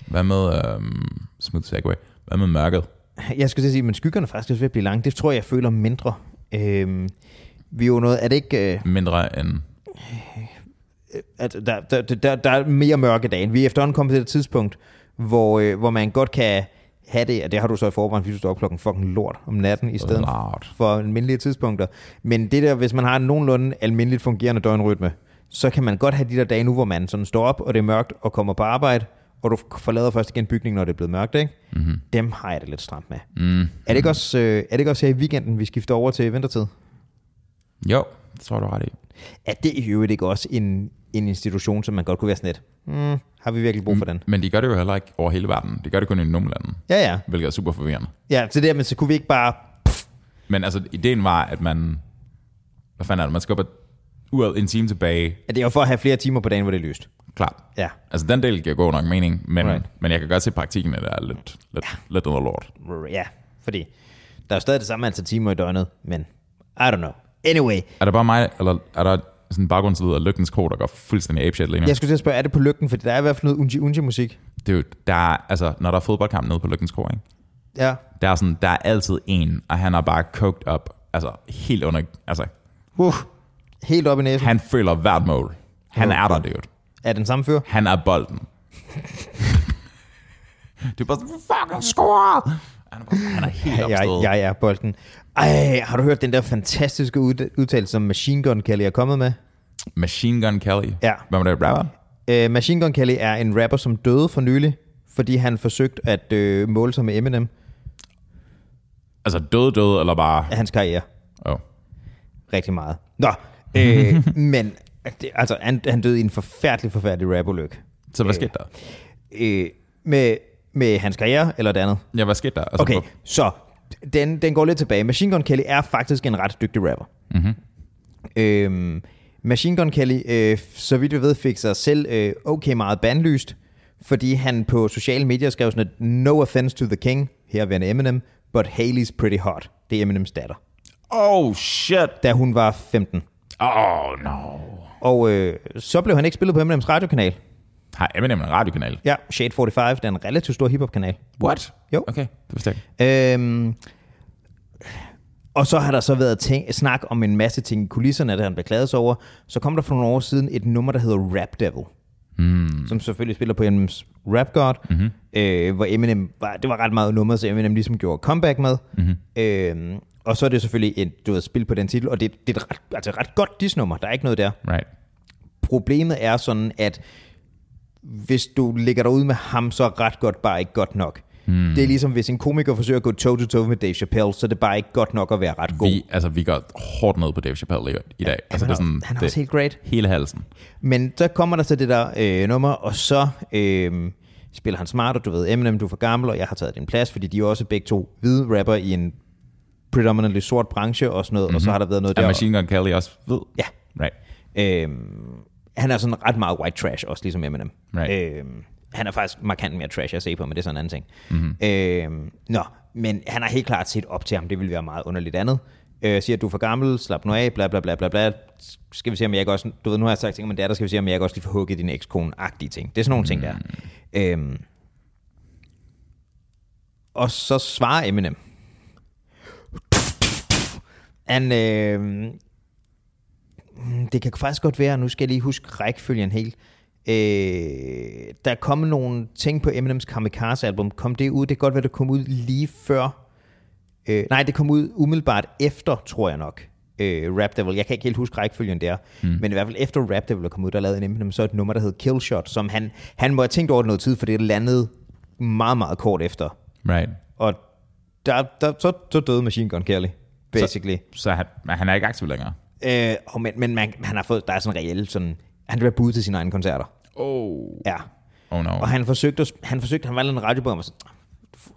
A: Hvad med, øhm, smooth segue, hvad med mørket?
B: Jeg skulle til at sige, men skyggerne er faktisk også ved at blive lange. Det tror jeg, jeg føler mindre. Øhm, vi er jo noget, er det ikke... Øh,
A: Mindre end,
B: at der, der, der- der, der er mere mørke dage. Vi er efterhånden kommet til et tidspunkt, hvor, øh, hvor man godt kan have det, og det har du så i forvejen, fordi du står op klokken fucking lort om natten, i stedet
A: Lort.
B: for almindelige tidspunkter. Men det der, hvis man har en nogenlunde almindeligt fungerende døgnrytme, så kan man godt have de der dage nu, hvor man sådan står op, og det er mørkt, og kommer på arbejde, og du forlader først igen bygningen, når det er blevet mørkt, ikke? Mm-hmm. Dem har jeg det lidt stramt med. Mm-hmm. Er, det ikke også, øh, er det ikke også her i weekenden, vi skifter over til vintertid?
A: jo, det tror jeg, du har ret i.
B: er det i øvrigt ikke også en, en institution, som man godt kunne være sådan lidt, mm, har vi virkelig brug for den?
A: Men de gør det jo heller ikke over hele verden. De gør det kun i nogle lande,
B: Ja, ja.
A: hvilket er super forvirrende.
B: Ja, så der, men så kunne vi ikke bare...
A: Men altså, ideen var, at man... Hvad fanden er det? Man skubber uret en time tilbage.
B: Ja, det er jo for at have flere timer på dagen, hvor det er lyst.
A: Klart.
B: Ja,
A: Altså, den del giver god nok mening, men,
B: Right.
A: right. men jeg kan godt se praktikken, at det er lidt, lidt, ja. lidt noget lort.
B: ja, fordi der er jo stadig det samme antal timer i døgnet, men I don't know. Anyway,
A: Er det bare mig, eller er der sådan en baggrundslyd af Lygtens Kro, der går fuldstændig apeshit lige nu?
B: jeg skulle til at spørge, er det på lygten? Fordi der er i hvert fald noget unji-unji-musik.
A: Det er jo, der er, altså, når der er fodboldkamp nede på Lygtens Kro, ikke?
B: Ja,
A: Der er, sådan, der er altid en, og han er bare coked up. Altså, helt under... Altså,
B: uh, helt op i næsen.
A: han føler hvert mål. Han
B: Ja.
A: er der, dude.
B: Er den samme fyr?
A: Han er
B: [laughs]
A: bolden. det er bare sådan, fucking score! Han er, bare, han er helt
B: Ja,
A: opstået.
B: ja, ja, bolden. Ej, har du hørt den der fantastiske ud- udtalelse, som Machine Gun Kelly er kommet med?
A: Machine Gun Kelly.
B: Ja.
A: Hvad var det, rapper?
B: Øh, Machine Gun Kelly er en rapper, som døde for nylig, fordi han forsøgte at øh, måle sig med Eminem
A: Altså døde, døde, eller bare...
B: af hans karriere
A: Oh.
B: rigtig meget. Nå, øh, men det, altså, han, han døde i en forfærdelig, forfærdelig rapulykke.
A: Så hvad skete der?
B: Øh, med, med hans karriere eller det andet.
A: Ja, hvad skete der? Altså,
B: Okay,
A: hvor-
B: så den, den går lidt tilbage. Machine Gun Kelly er faktisk en ret dygtig rapper. Mm-hmm. Øhm, Machine Gun Kelly, øh, så vidt vi ved, fik sig selv øh, okay meget bandlyst, fordi han på sociale medier skrev sådan et, no offense to the king, her ved Eminem, but Haley's pretty hot. Det er Eminems datter,
A: Oh, shit.
B: da hun var 15.
A: Oh, no.
B: Og øh, så blev han ikke spillet på Eminems radiokanal.
A: Har Eminem en radiokanal?
B: Ja, Shade 45, det er en relativt stor hiphop-kanal.
A: What?
B: Jo.
A: Okay, det vidste jeg ikke.
B: Øhm, og så har der så været ting, snak om en masse ting i kulisserne, der han beklagede sig over. Så kom der for nogle år siden et nummer, der hedder Rap Devil. Mm. Som selvfølgelig spiller på Eminems Rap God. Mm-hmm. Øh, hvor Eminem var, det var ret meget nummer, så Eminem ligesom gjorde comeback med. Mm-hmm. Øhm, og så er det selvfølgelig et du ved, spil på den titel, og det, det er et ret, altså et ret godt disnummer. Der er ikke noget der
A: Right.
B: problemet er sådan, at hvis du ligger derude med ham, så er ret godt bare ikke godt nok. Hmm. Det er ligesom, hvis en komiker forsøger at gå toe-to-toe med Dave Chappelle, så er det bare ikke godt nok at være ret god.
A: Vi, altså, vi går hårdt ned på Dave Chappelle i, i dag. altså,
B: han er- han er
A: det,
B: også helt great.
A: Hele halsen.
B: Men så kommer der så det der øh, nummer, og så øh, spiller han smart, og du ved, Eminem, du er for gammel, og jeg har taget din plads, fordi de er også begge to hvide rapper i en predominantly sort branche og sådan noget,
A: Mhm.
B: mm-hmm. og så har der været noget
A: Er
B: der.
A: Machine Gun Kelly også ved?
B: Ja.
A: Right.
B: Øhm, han er sådan ret meget white trash, også ligesom Eminem.
A: Right.
B: Øhm, han er faktisk markant mere trash at se på, men det er sådan en anden ting. Mm-hmm. Øhm, nå, men han har helt klart set op til ham, det ville være meget underligt andet. Øh, siger, at du er for gammel, slap nu af, bla bla bla bla bla. Skal vi se, om jeg ikke også... Du ved, nu har jeg sagt ting om min datter, skal vi se, om jeg ikke også lige får hugget din ekskone-agtige ting. Det er sådan nogle mm. ting, der er. øhm, Og så svarer Eminem. Han, øh, Mm, Det kan faktisk godt være, nu skal jeg lige huske rækkefølgen helt. Øh, der er kommet nogle ting på Eminems Kamikaze-album. Kom det ud? Det kan godt være, det kom ud lige før. Øh, nej, det kom ud umiddelbart efter, tror jeg nok. Øh, Rap Devil. Jeg kan ikke helt huske rækkefølgen der. Mm. Men i hvert fald efter Rap Devil er kommet ud, der lavede en Eminem så et nummer, der hed Killshot, som han, han må have tænkt over det noget tid, for det landede meget, meget kort efter.
A: Right.
B: Og der, der, så, så døde Machine Gun Kelly, basically.
A: Så han, men han er ikke aktiv længere.
B: Øh, og men men man, han har fået, der er sådan en reel sådan, han bliver budet til sine egne koncerter.
A: Oh.
B: Ja.
A: Oh no.
B: Og han forsøgte, at- han forsøgte, han valgte en radioprogram, og sådan, "Ah,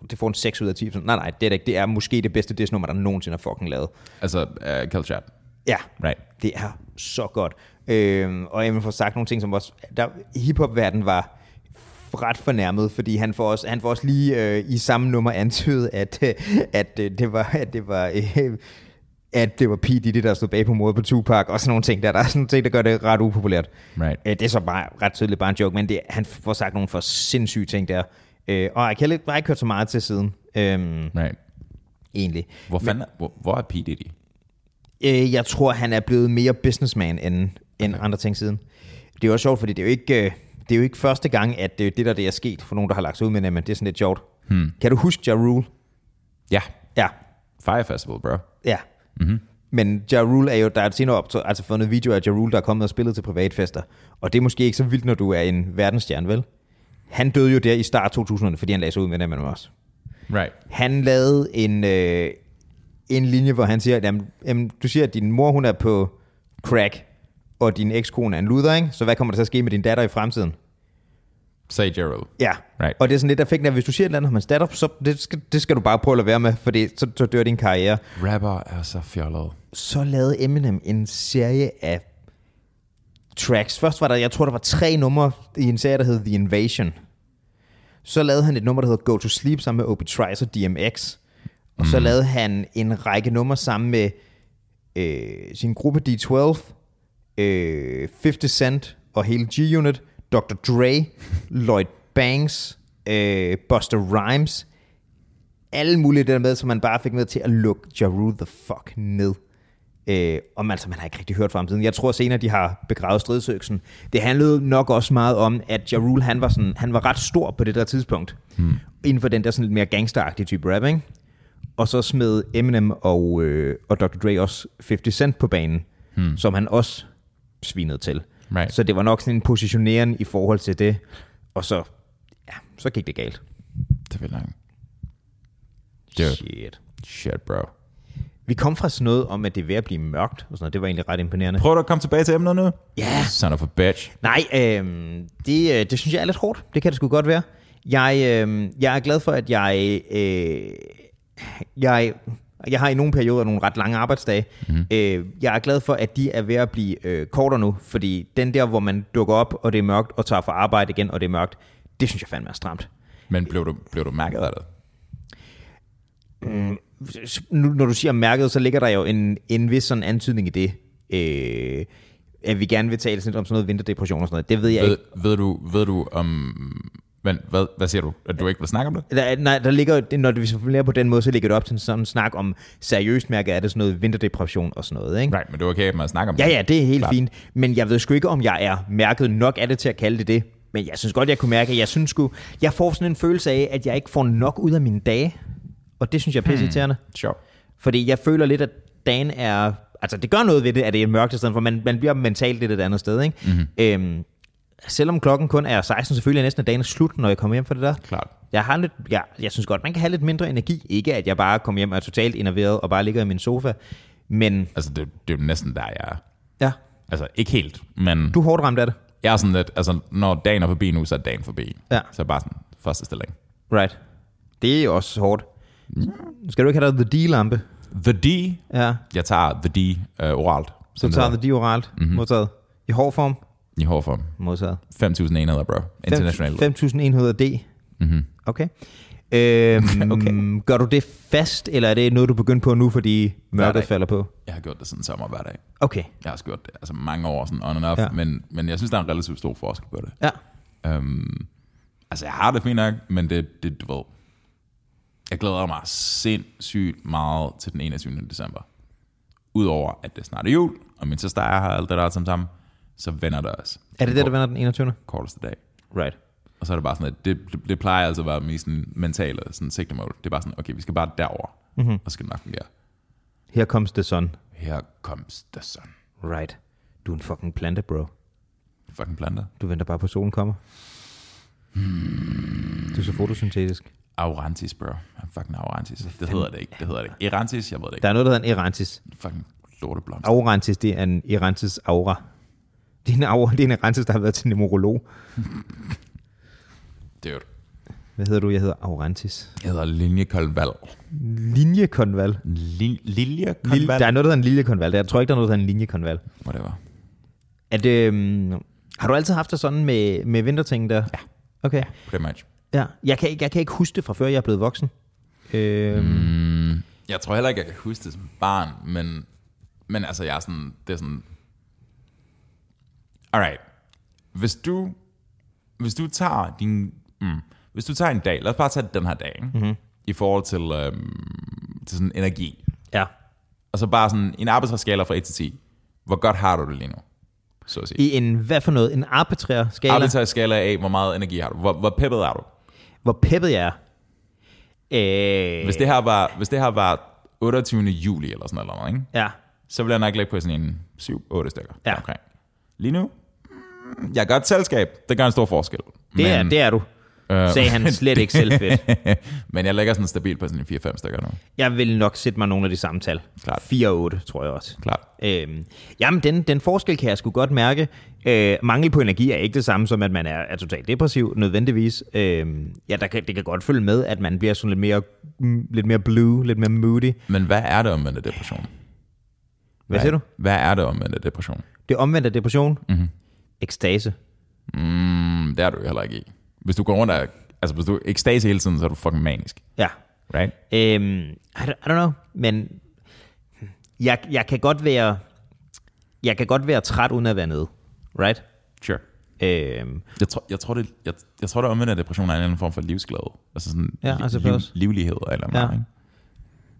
B: det får en 6 ud af 10. Sådan, nej, nej, det er det ikke. Det er måske det bedste Disney-nummer, der nogensinde har fucking lavet.
A: Altså, uh, Kelchat.
B: Ja,
A: Right.
B: det er så godt. Øhm, og jeg vil få sagt nogle ting, som også... Der, hiphop-verdenen var ret fornærmet, fordi han får også, han får også lige øh, i samme nummer antydet, at, øh, at øh, det var... At det var øh, at det var P. Diddy, der stod bag på mordet på Tupac, og sådan nogle ting der. Der er sådan nogle ting, der gør det ret upopulært.
A: Right.
B: Øh, det er så bare ret tydeligt bare en joke, men det, han får sagt nogle for sindssyge ting der. Øh, og jeg har ikke hørt så meget til siden, øhm,
A: Right.
B: egentlig.
A: Hvor, fanden, er- hvor, hvor er P. Diddy?
B: Øh, jeg tror, han er blevet mere businessman end, end okay. andre ting siden. Det er jo også sjovt, fordi det er jo ikke, øh, det er jo ikke første gang, at øh, det der det er sket for nogen, der har lagt sig ud med det, men det er sådan lidt sjovt. Hmm. Kan du huske Ja Rule?
A: Ja.
B: Ja,
A: Fire Festival, bro.
B: ja. Mm-hmm. Men Ja Rule er jo, der er et senere optog, altså fundet noget video af Ja Rule, der er kommet og spillet til privatfester. Og det er måske ikke så vildt, når du er en verdensstjerne, vel? Han døde jo der i start 2000'erne, fordi han lagde sig ud med det, men også.
A: Right.
B: Han lavede en, øh, en linje, hvor han siger, jamen, jamen, du siger, at din mor hun er på crack, og din ekskone er en luder, ikke? så hvad kommer der til at ske med din datter i fremtiden?
A: Say Gerald.
B: Ja,
A: Right.
B: og det er sådan lidt, der fik den, at hvis du siger et eller andet om hans datter, så det skal, det skal du bare prøve at lade være med, for det, så, så dør din karriere.
A: Rapper er så fjollet.
B: Så lavede Eminem en serie af tracks. Først var der, jeg tror, der var tre numre i en serie, der hed The Invasion. Så lavede han et nummer, der hedder Go to Sleep, sammen med Obi Trice og DMX. Og så lavede han en række numre sammen med øh, sin gruppe D12, øh, 50 Cent og hele G-Unit, Dr. Dre, Lloyd Banks, øh, Buster Rhymes. Alle mulige der med, som man bare fik med til at lukke Ja Rule the fuck ned. Øh, om altså, man har ikke rigtig hørt fra ham siden. Jeg tror senere, de har begravet stridsøksen. Det handlede nok også meget om, at Ja Rule, han var, sådan, han var ret stor på det der tidspunkt. Hmm. Inden for den der sådan lidt mere gangsteragtige type rap, ikke? Og så smed Eminem og, øh, og Dr. Dre også 50 Cent på banen, hmm. som han også svinede til.
A: Right.
B: Så det var nok sådan en positionering i forhold til det. Og så, ja, så gik det galt.
A: Det er vildt langt. Dude.
B: Shit.
A: Shit, bro.
B: Vi kom fra sådan noget om, at det er ved at blive mørkt. Og sådan noget. Det var egentlig ret imponerende.
A: Prøv at komme tilbage til emnet nu.
B: Ja.
A: Son of a bitch.
B: Nej, øh, det, øh, det synes jeg er lidt hårdt. Det kan det sgu godt være. Jeg, øh, jeg er glad for, at jeg, øh, jeg, jeg har i nogle perioder nogle ret lange arbejdsdage. Mm. Øh, jeg er glad for, at de er ved at blive øh, kortere nu, fordi den der, hvor man dukker op, og det er mørkt, og tager fra arbejde igen, og det er mørkt, det synes jeg fandme er stramt.
A: Men blev du, blev du mærket af det?
B: nu, når du siger mærket, så ligger der jo en, en vis sådan antydning i det. Øh, at vi gerne vil tale sådan lidt om sådan noget vinterdepression og sådan noget. Det ved jeg ikke.
A: Ved, ved, du, ved du om... Men hvad, hvad siger du? At du ikke vil snakke om det?
B: Der, er- nej, der ligger, jo- det- når vi formulerer på den måde, så ligger det op til en sådan snak om seriøst mærket, er det sådan noget vinterdepression og sådan noget, ikke?
A: Right, men du er okay med at snakke om
B: Ja,
A: det?
B: ja, det er helt
A: Klart.
B: Klart. fint. Men jeg ved sgu ikke, om jeg er mærket nok af det til at kalde det det. Men jeg synes godt, jeg kunne mærke, at jeg synes sgu, jeg får sådan en følelse af, at jeg ikke får nok ud af mine dage. Og det synes jeg er pisseirriterende. Hmm.
A: Sure.
B: Fordi jeg føler lidt, at dagen er... Altså, det gør noget ved det, at det er mørkt i stedet for. Man, man bliver mentalt lidt et andet sted, ikke? Mm-hmm. Øhm, selvom klokken kun er 16, selvfølgelig er næsten at dagen er slut, når jeg kommer hjem fra det der.
A: Klart.
B: Jeg, har lidt, jeg, jeg synes godt, man kan have lidt mindre energi. Ikke at jeg bare kommer hjem og er totalt enerveret og bare ligger i min sofa. Men
A: Altså, det, det er jo næsten der, jeg er.
B: ja,
A: Altså, ikke helt, men
B: du er hårdt ramt af det.
A: jeg er sådan lidt, altså, når dagen er forbi nu, så er dagen forbi.
B: Ja.
A: Så er bare sådan, første stilling.
B: Right. Det er også hårdt. Skal du ikke have dig The D-lampe?
A: The D,
B: Mm. Ja.
A: jeg tager The D øh, oralt.
B: Så
A: Som
B: tager
A: det
B: The D oralt. Mm-hmm. Modtaget. I hård form?
A: hedder, I hård form.
B: Modtaget.
A: 5.000 enheder, bro. Internationalt.
B: 5.000 enheder D. Mm-hmm. Okay. Øhm, [laughs] okay. Gør du det fast, eller er det noget, du begyndte på nu, fordi
A: Hver
B: mørket
A: dag.
B: falder på?
A: Jeg har gjort det sådan sommer hver dag.
B: Okay.
A: Jeg har også gjort det altså mange år sådan on and off, ja.
B: Ja.
A: men, men jeg synes, der er en relativt stor forskel på det.
B: Ja.
A: Um, altså, jeg har det fint nok, men det, det, du ved, jeg glæder mig sindssygt meget til den 21. december. Udover at det snart er jul, og min søster er her, og alt det der alt sammen, så vender det os.
B: Er det det, der vender den 21.
A: Korteste dag.
B: Right.
A: Og så er det bare sådan, at det, det, det plejer altså at være mest sådan mentale sådan sigtemål. Det er bare sådan, okay, vi skal bare derover, mm-hmm. og så skal det nok fungere.
B: Her comes the sun.
A: Her comes the sun.
B: Right. Du er en fucking plante, bro.
A: Fucking planter.
B: Du venter bare på, at solen kommer. Du er så fotosyntetisk.
A: Aurantis, bro. I'm fucking Aurantis. Det hedder det ikke. Det hedder det ikke. Erantis, jeg ved det
B: Der
A: ikke.
B: er noget, der hedder en erantis.
A: Fucking lorteblomst.
B: Aurantis, det er en erantis aura. Det er en, aura, det er en erantis, der har været til nemorolog.
A: Det er jo det.
B: Hvad hedder du? Jeg hedder Aurantis.
A: Jeg hedder linjekolval.
B: Linjekonval.
A: Lin-
B: Lille,
A: Liljekolval?
B: der er noget, der hedder en liljekonval. Jeg tror ikke, der er noget, der hedder en linjekonval.
A: Whatever.
B: At, øhm, har du altid haft det sådan med, med vinterting der? Ja. Okay.
A: Pretty much.
B: Ja. Jeg, kan, ikke- jeg kan ikke huske det fra før, jeg er blevet voksen. Øhm, mm.
A: Mm, jeg tror heller ikke, jeg kan huske det som barn, men, men altså, jeg er sådan, det er sådan... Alright. Hvis du, hvis du tager din... Mm, hvis du tager en dag, lad os bare tage den her dag, ikke? Mm-hmm. i forhold til, øhm, til sådan energi.
B: Ja.
A: Og så bare sådan en arbejdsskala fra 1 til 10. Hvor godt har du det lige nu? Så at sige.
B: I en, hvad for noget? En arbitrær skala?
A: Arbitrær skala af, hvor meget energi har du? Hvor, hvor peppet er du?
B: Hvor peppet jeg er. Øh,
A: Hvis det her var, hvis det her var 28. juli eller sådan noget, ikke?
B: Ja.
A: så vil jeg nok lægge på sådan en 7-8 stykker.
B: Ja.
A: Omkring. Lige nu, mm, jeg er godt selskab. Det gør en stor forskel.
B: Det, er, det er du. Øh, sagde han slet ikke selv fedt.
A: [laughs] men jeg lægger sådan stabilt på sådan en 4-5 stykker nu.
B: Jeg vil nok sætte mig nogle af de samme tal.
A: Klart.
B: 4 og 8, tror jeg også.
A: Klart.
B: Øhm, jamen, den, den forskel kan jeg sgu godt mærke. Øh, mangel på energi er ikke det samme som, at man er, er totalt depressiv, nødvendigvis. Øhm, ja, der kan, det kan godt følge med, at man bliver sådan lidt mere, mm, lidt mere blue, lidt mere moody.
A: Men hvad er det omvendte depression?
B: Hvad siger du?
A: Hvad er det omvendte depression?
B: Det omvendte depression.
A: Mhm.
B: Mm-hmm. Ekstase.
A: Mm, det er du jo heller ikke i. Hvis du går rundt og... Altså, hvis du er ekstase hele tiden, så er du fucking manisk.
B: Ja.
A: Right?
B: Øhm, I, don't, I don't know, men jeg, jeg kan godt være... Jeg kan godt være træt uden at være nede, right?
A: Sure.
B: Øhm,
A: Jeg tror, jeg tror, det, jeg, jeg tror, det omvendte depression er en eller anden form for livsglæde. Altså sådan
B: Ja,
A: li-
B: altså
A: liv,
B: også.
A: livlighed eller eller andet.
B: Ja.
A: Ja. Ikke?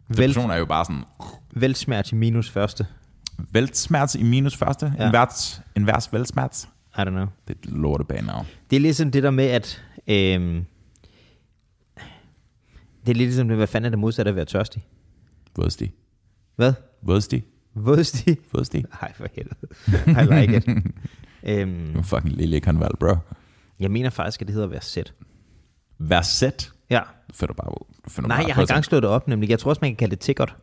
B: vel,
A: Depression er jo bare sådan,
B: velsmert i minus første.
A: Væltsmerts i minus første.
B: Ja.
A: Ja. En, værts, en værs væltsmerts.
B: I don't know.
A: Det er et lortebanenavn.
B: Det er ligesom det der med, at... Øhm, det er lidt ligesom, det, hvad fanden er det modsatte af at være tørstig?
A: Vådstig.
B: Hvad?
A: Vådstig.
B: [laughs] Vådstig?
A: Vådstig.
B: Nej, for helvede. I like it. øhm,
A: Du er fucking lille konval, bro.
B: jeg mener faktisk, at det hedder at være sæt.
A: Verset.
B: Ja.
A: Du finder bare ud. Du finder
B: Nej,
A: bare
B: jeg har engang slået det op, nemlig. Jeg tror også, man kan kalde det tikkert.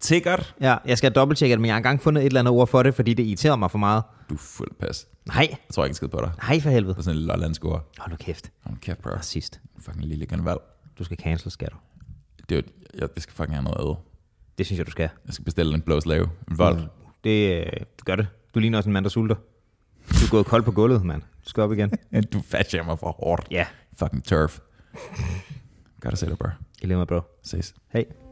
A: Tikkert.
B: Ja, jeg skal dobbelttjekke det, men jeg har engang fundet et eller andet ord for det, fordi det irriterer mig for meget.
A: Du er fuld pas.
B: Nej,
A: Jeg tror ikke en skid på dig.
B: nej for helvede.
A: Du er sådan en lollandsk ord.
B: Hold nu kæft.
A: Hold nu kæft, bro.
B: Racist.
A: Du er fucking lille konval.
B: Du skal cancel, skal du?
A: Det er jo, jeg, jeg skal fucking have noget ad.
B: Det synes jeg, du skal.
A: Jeg skal bestille en blå slave. En vold.
B: Det øh, gør det. Du ligner også en mand, der sulter. Du er gået kold på gulvet, mand. Du skal op igen.
A: Du fatcher mig for hårdt.
B: Ja,
A: Fucking turf. Godt at se dig, bro.
B: i lige meget, bro.
A: Ses.
B: Hej.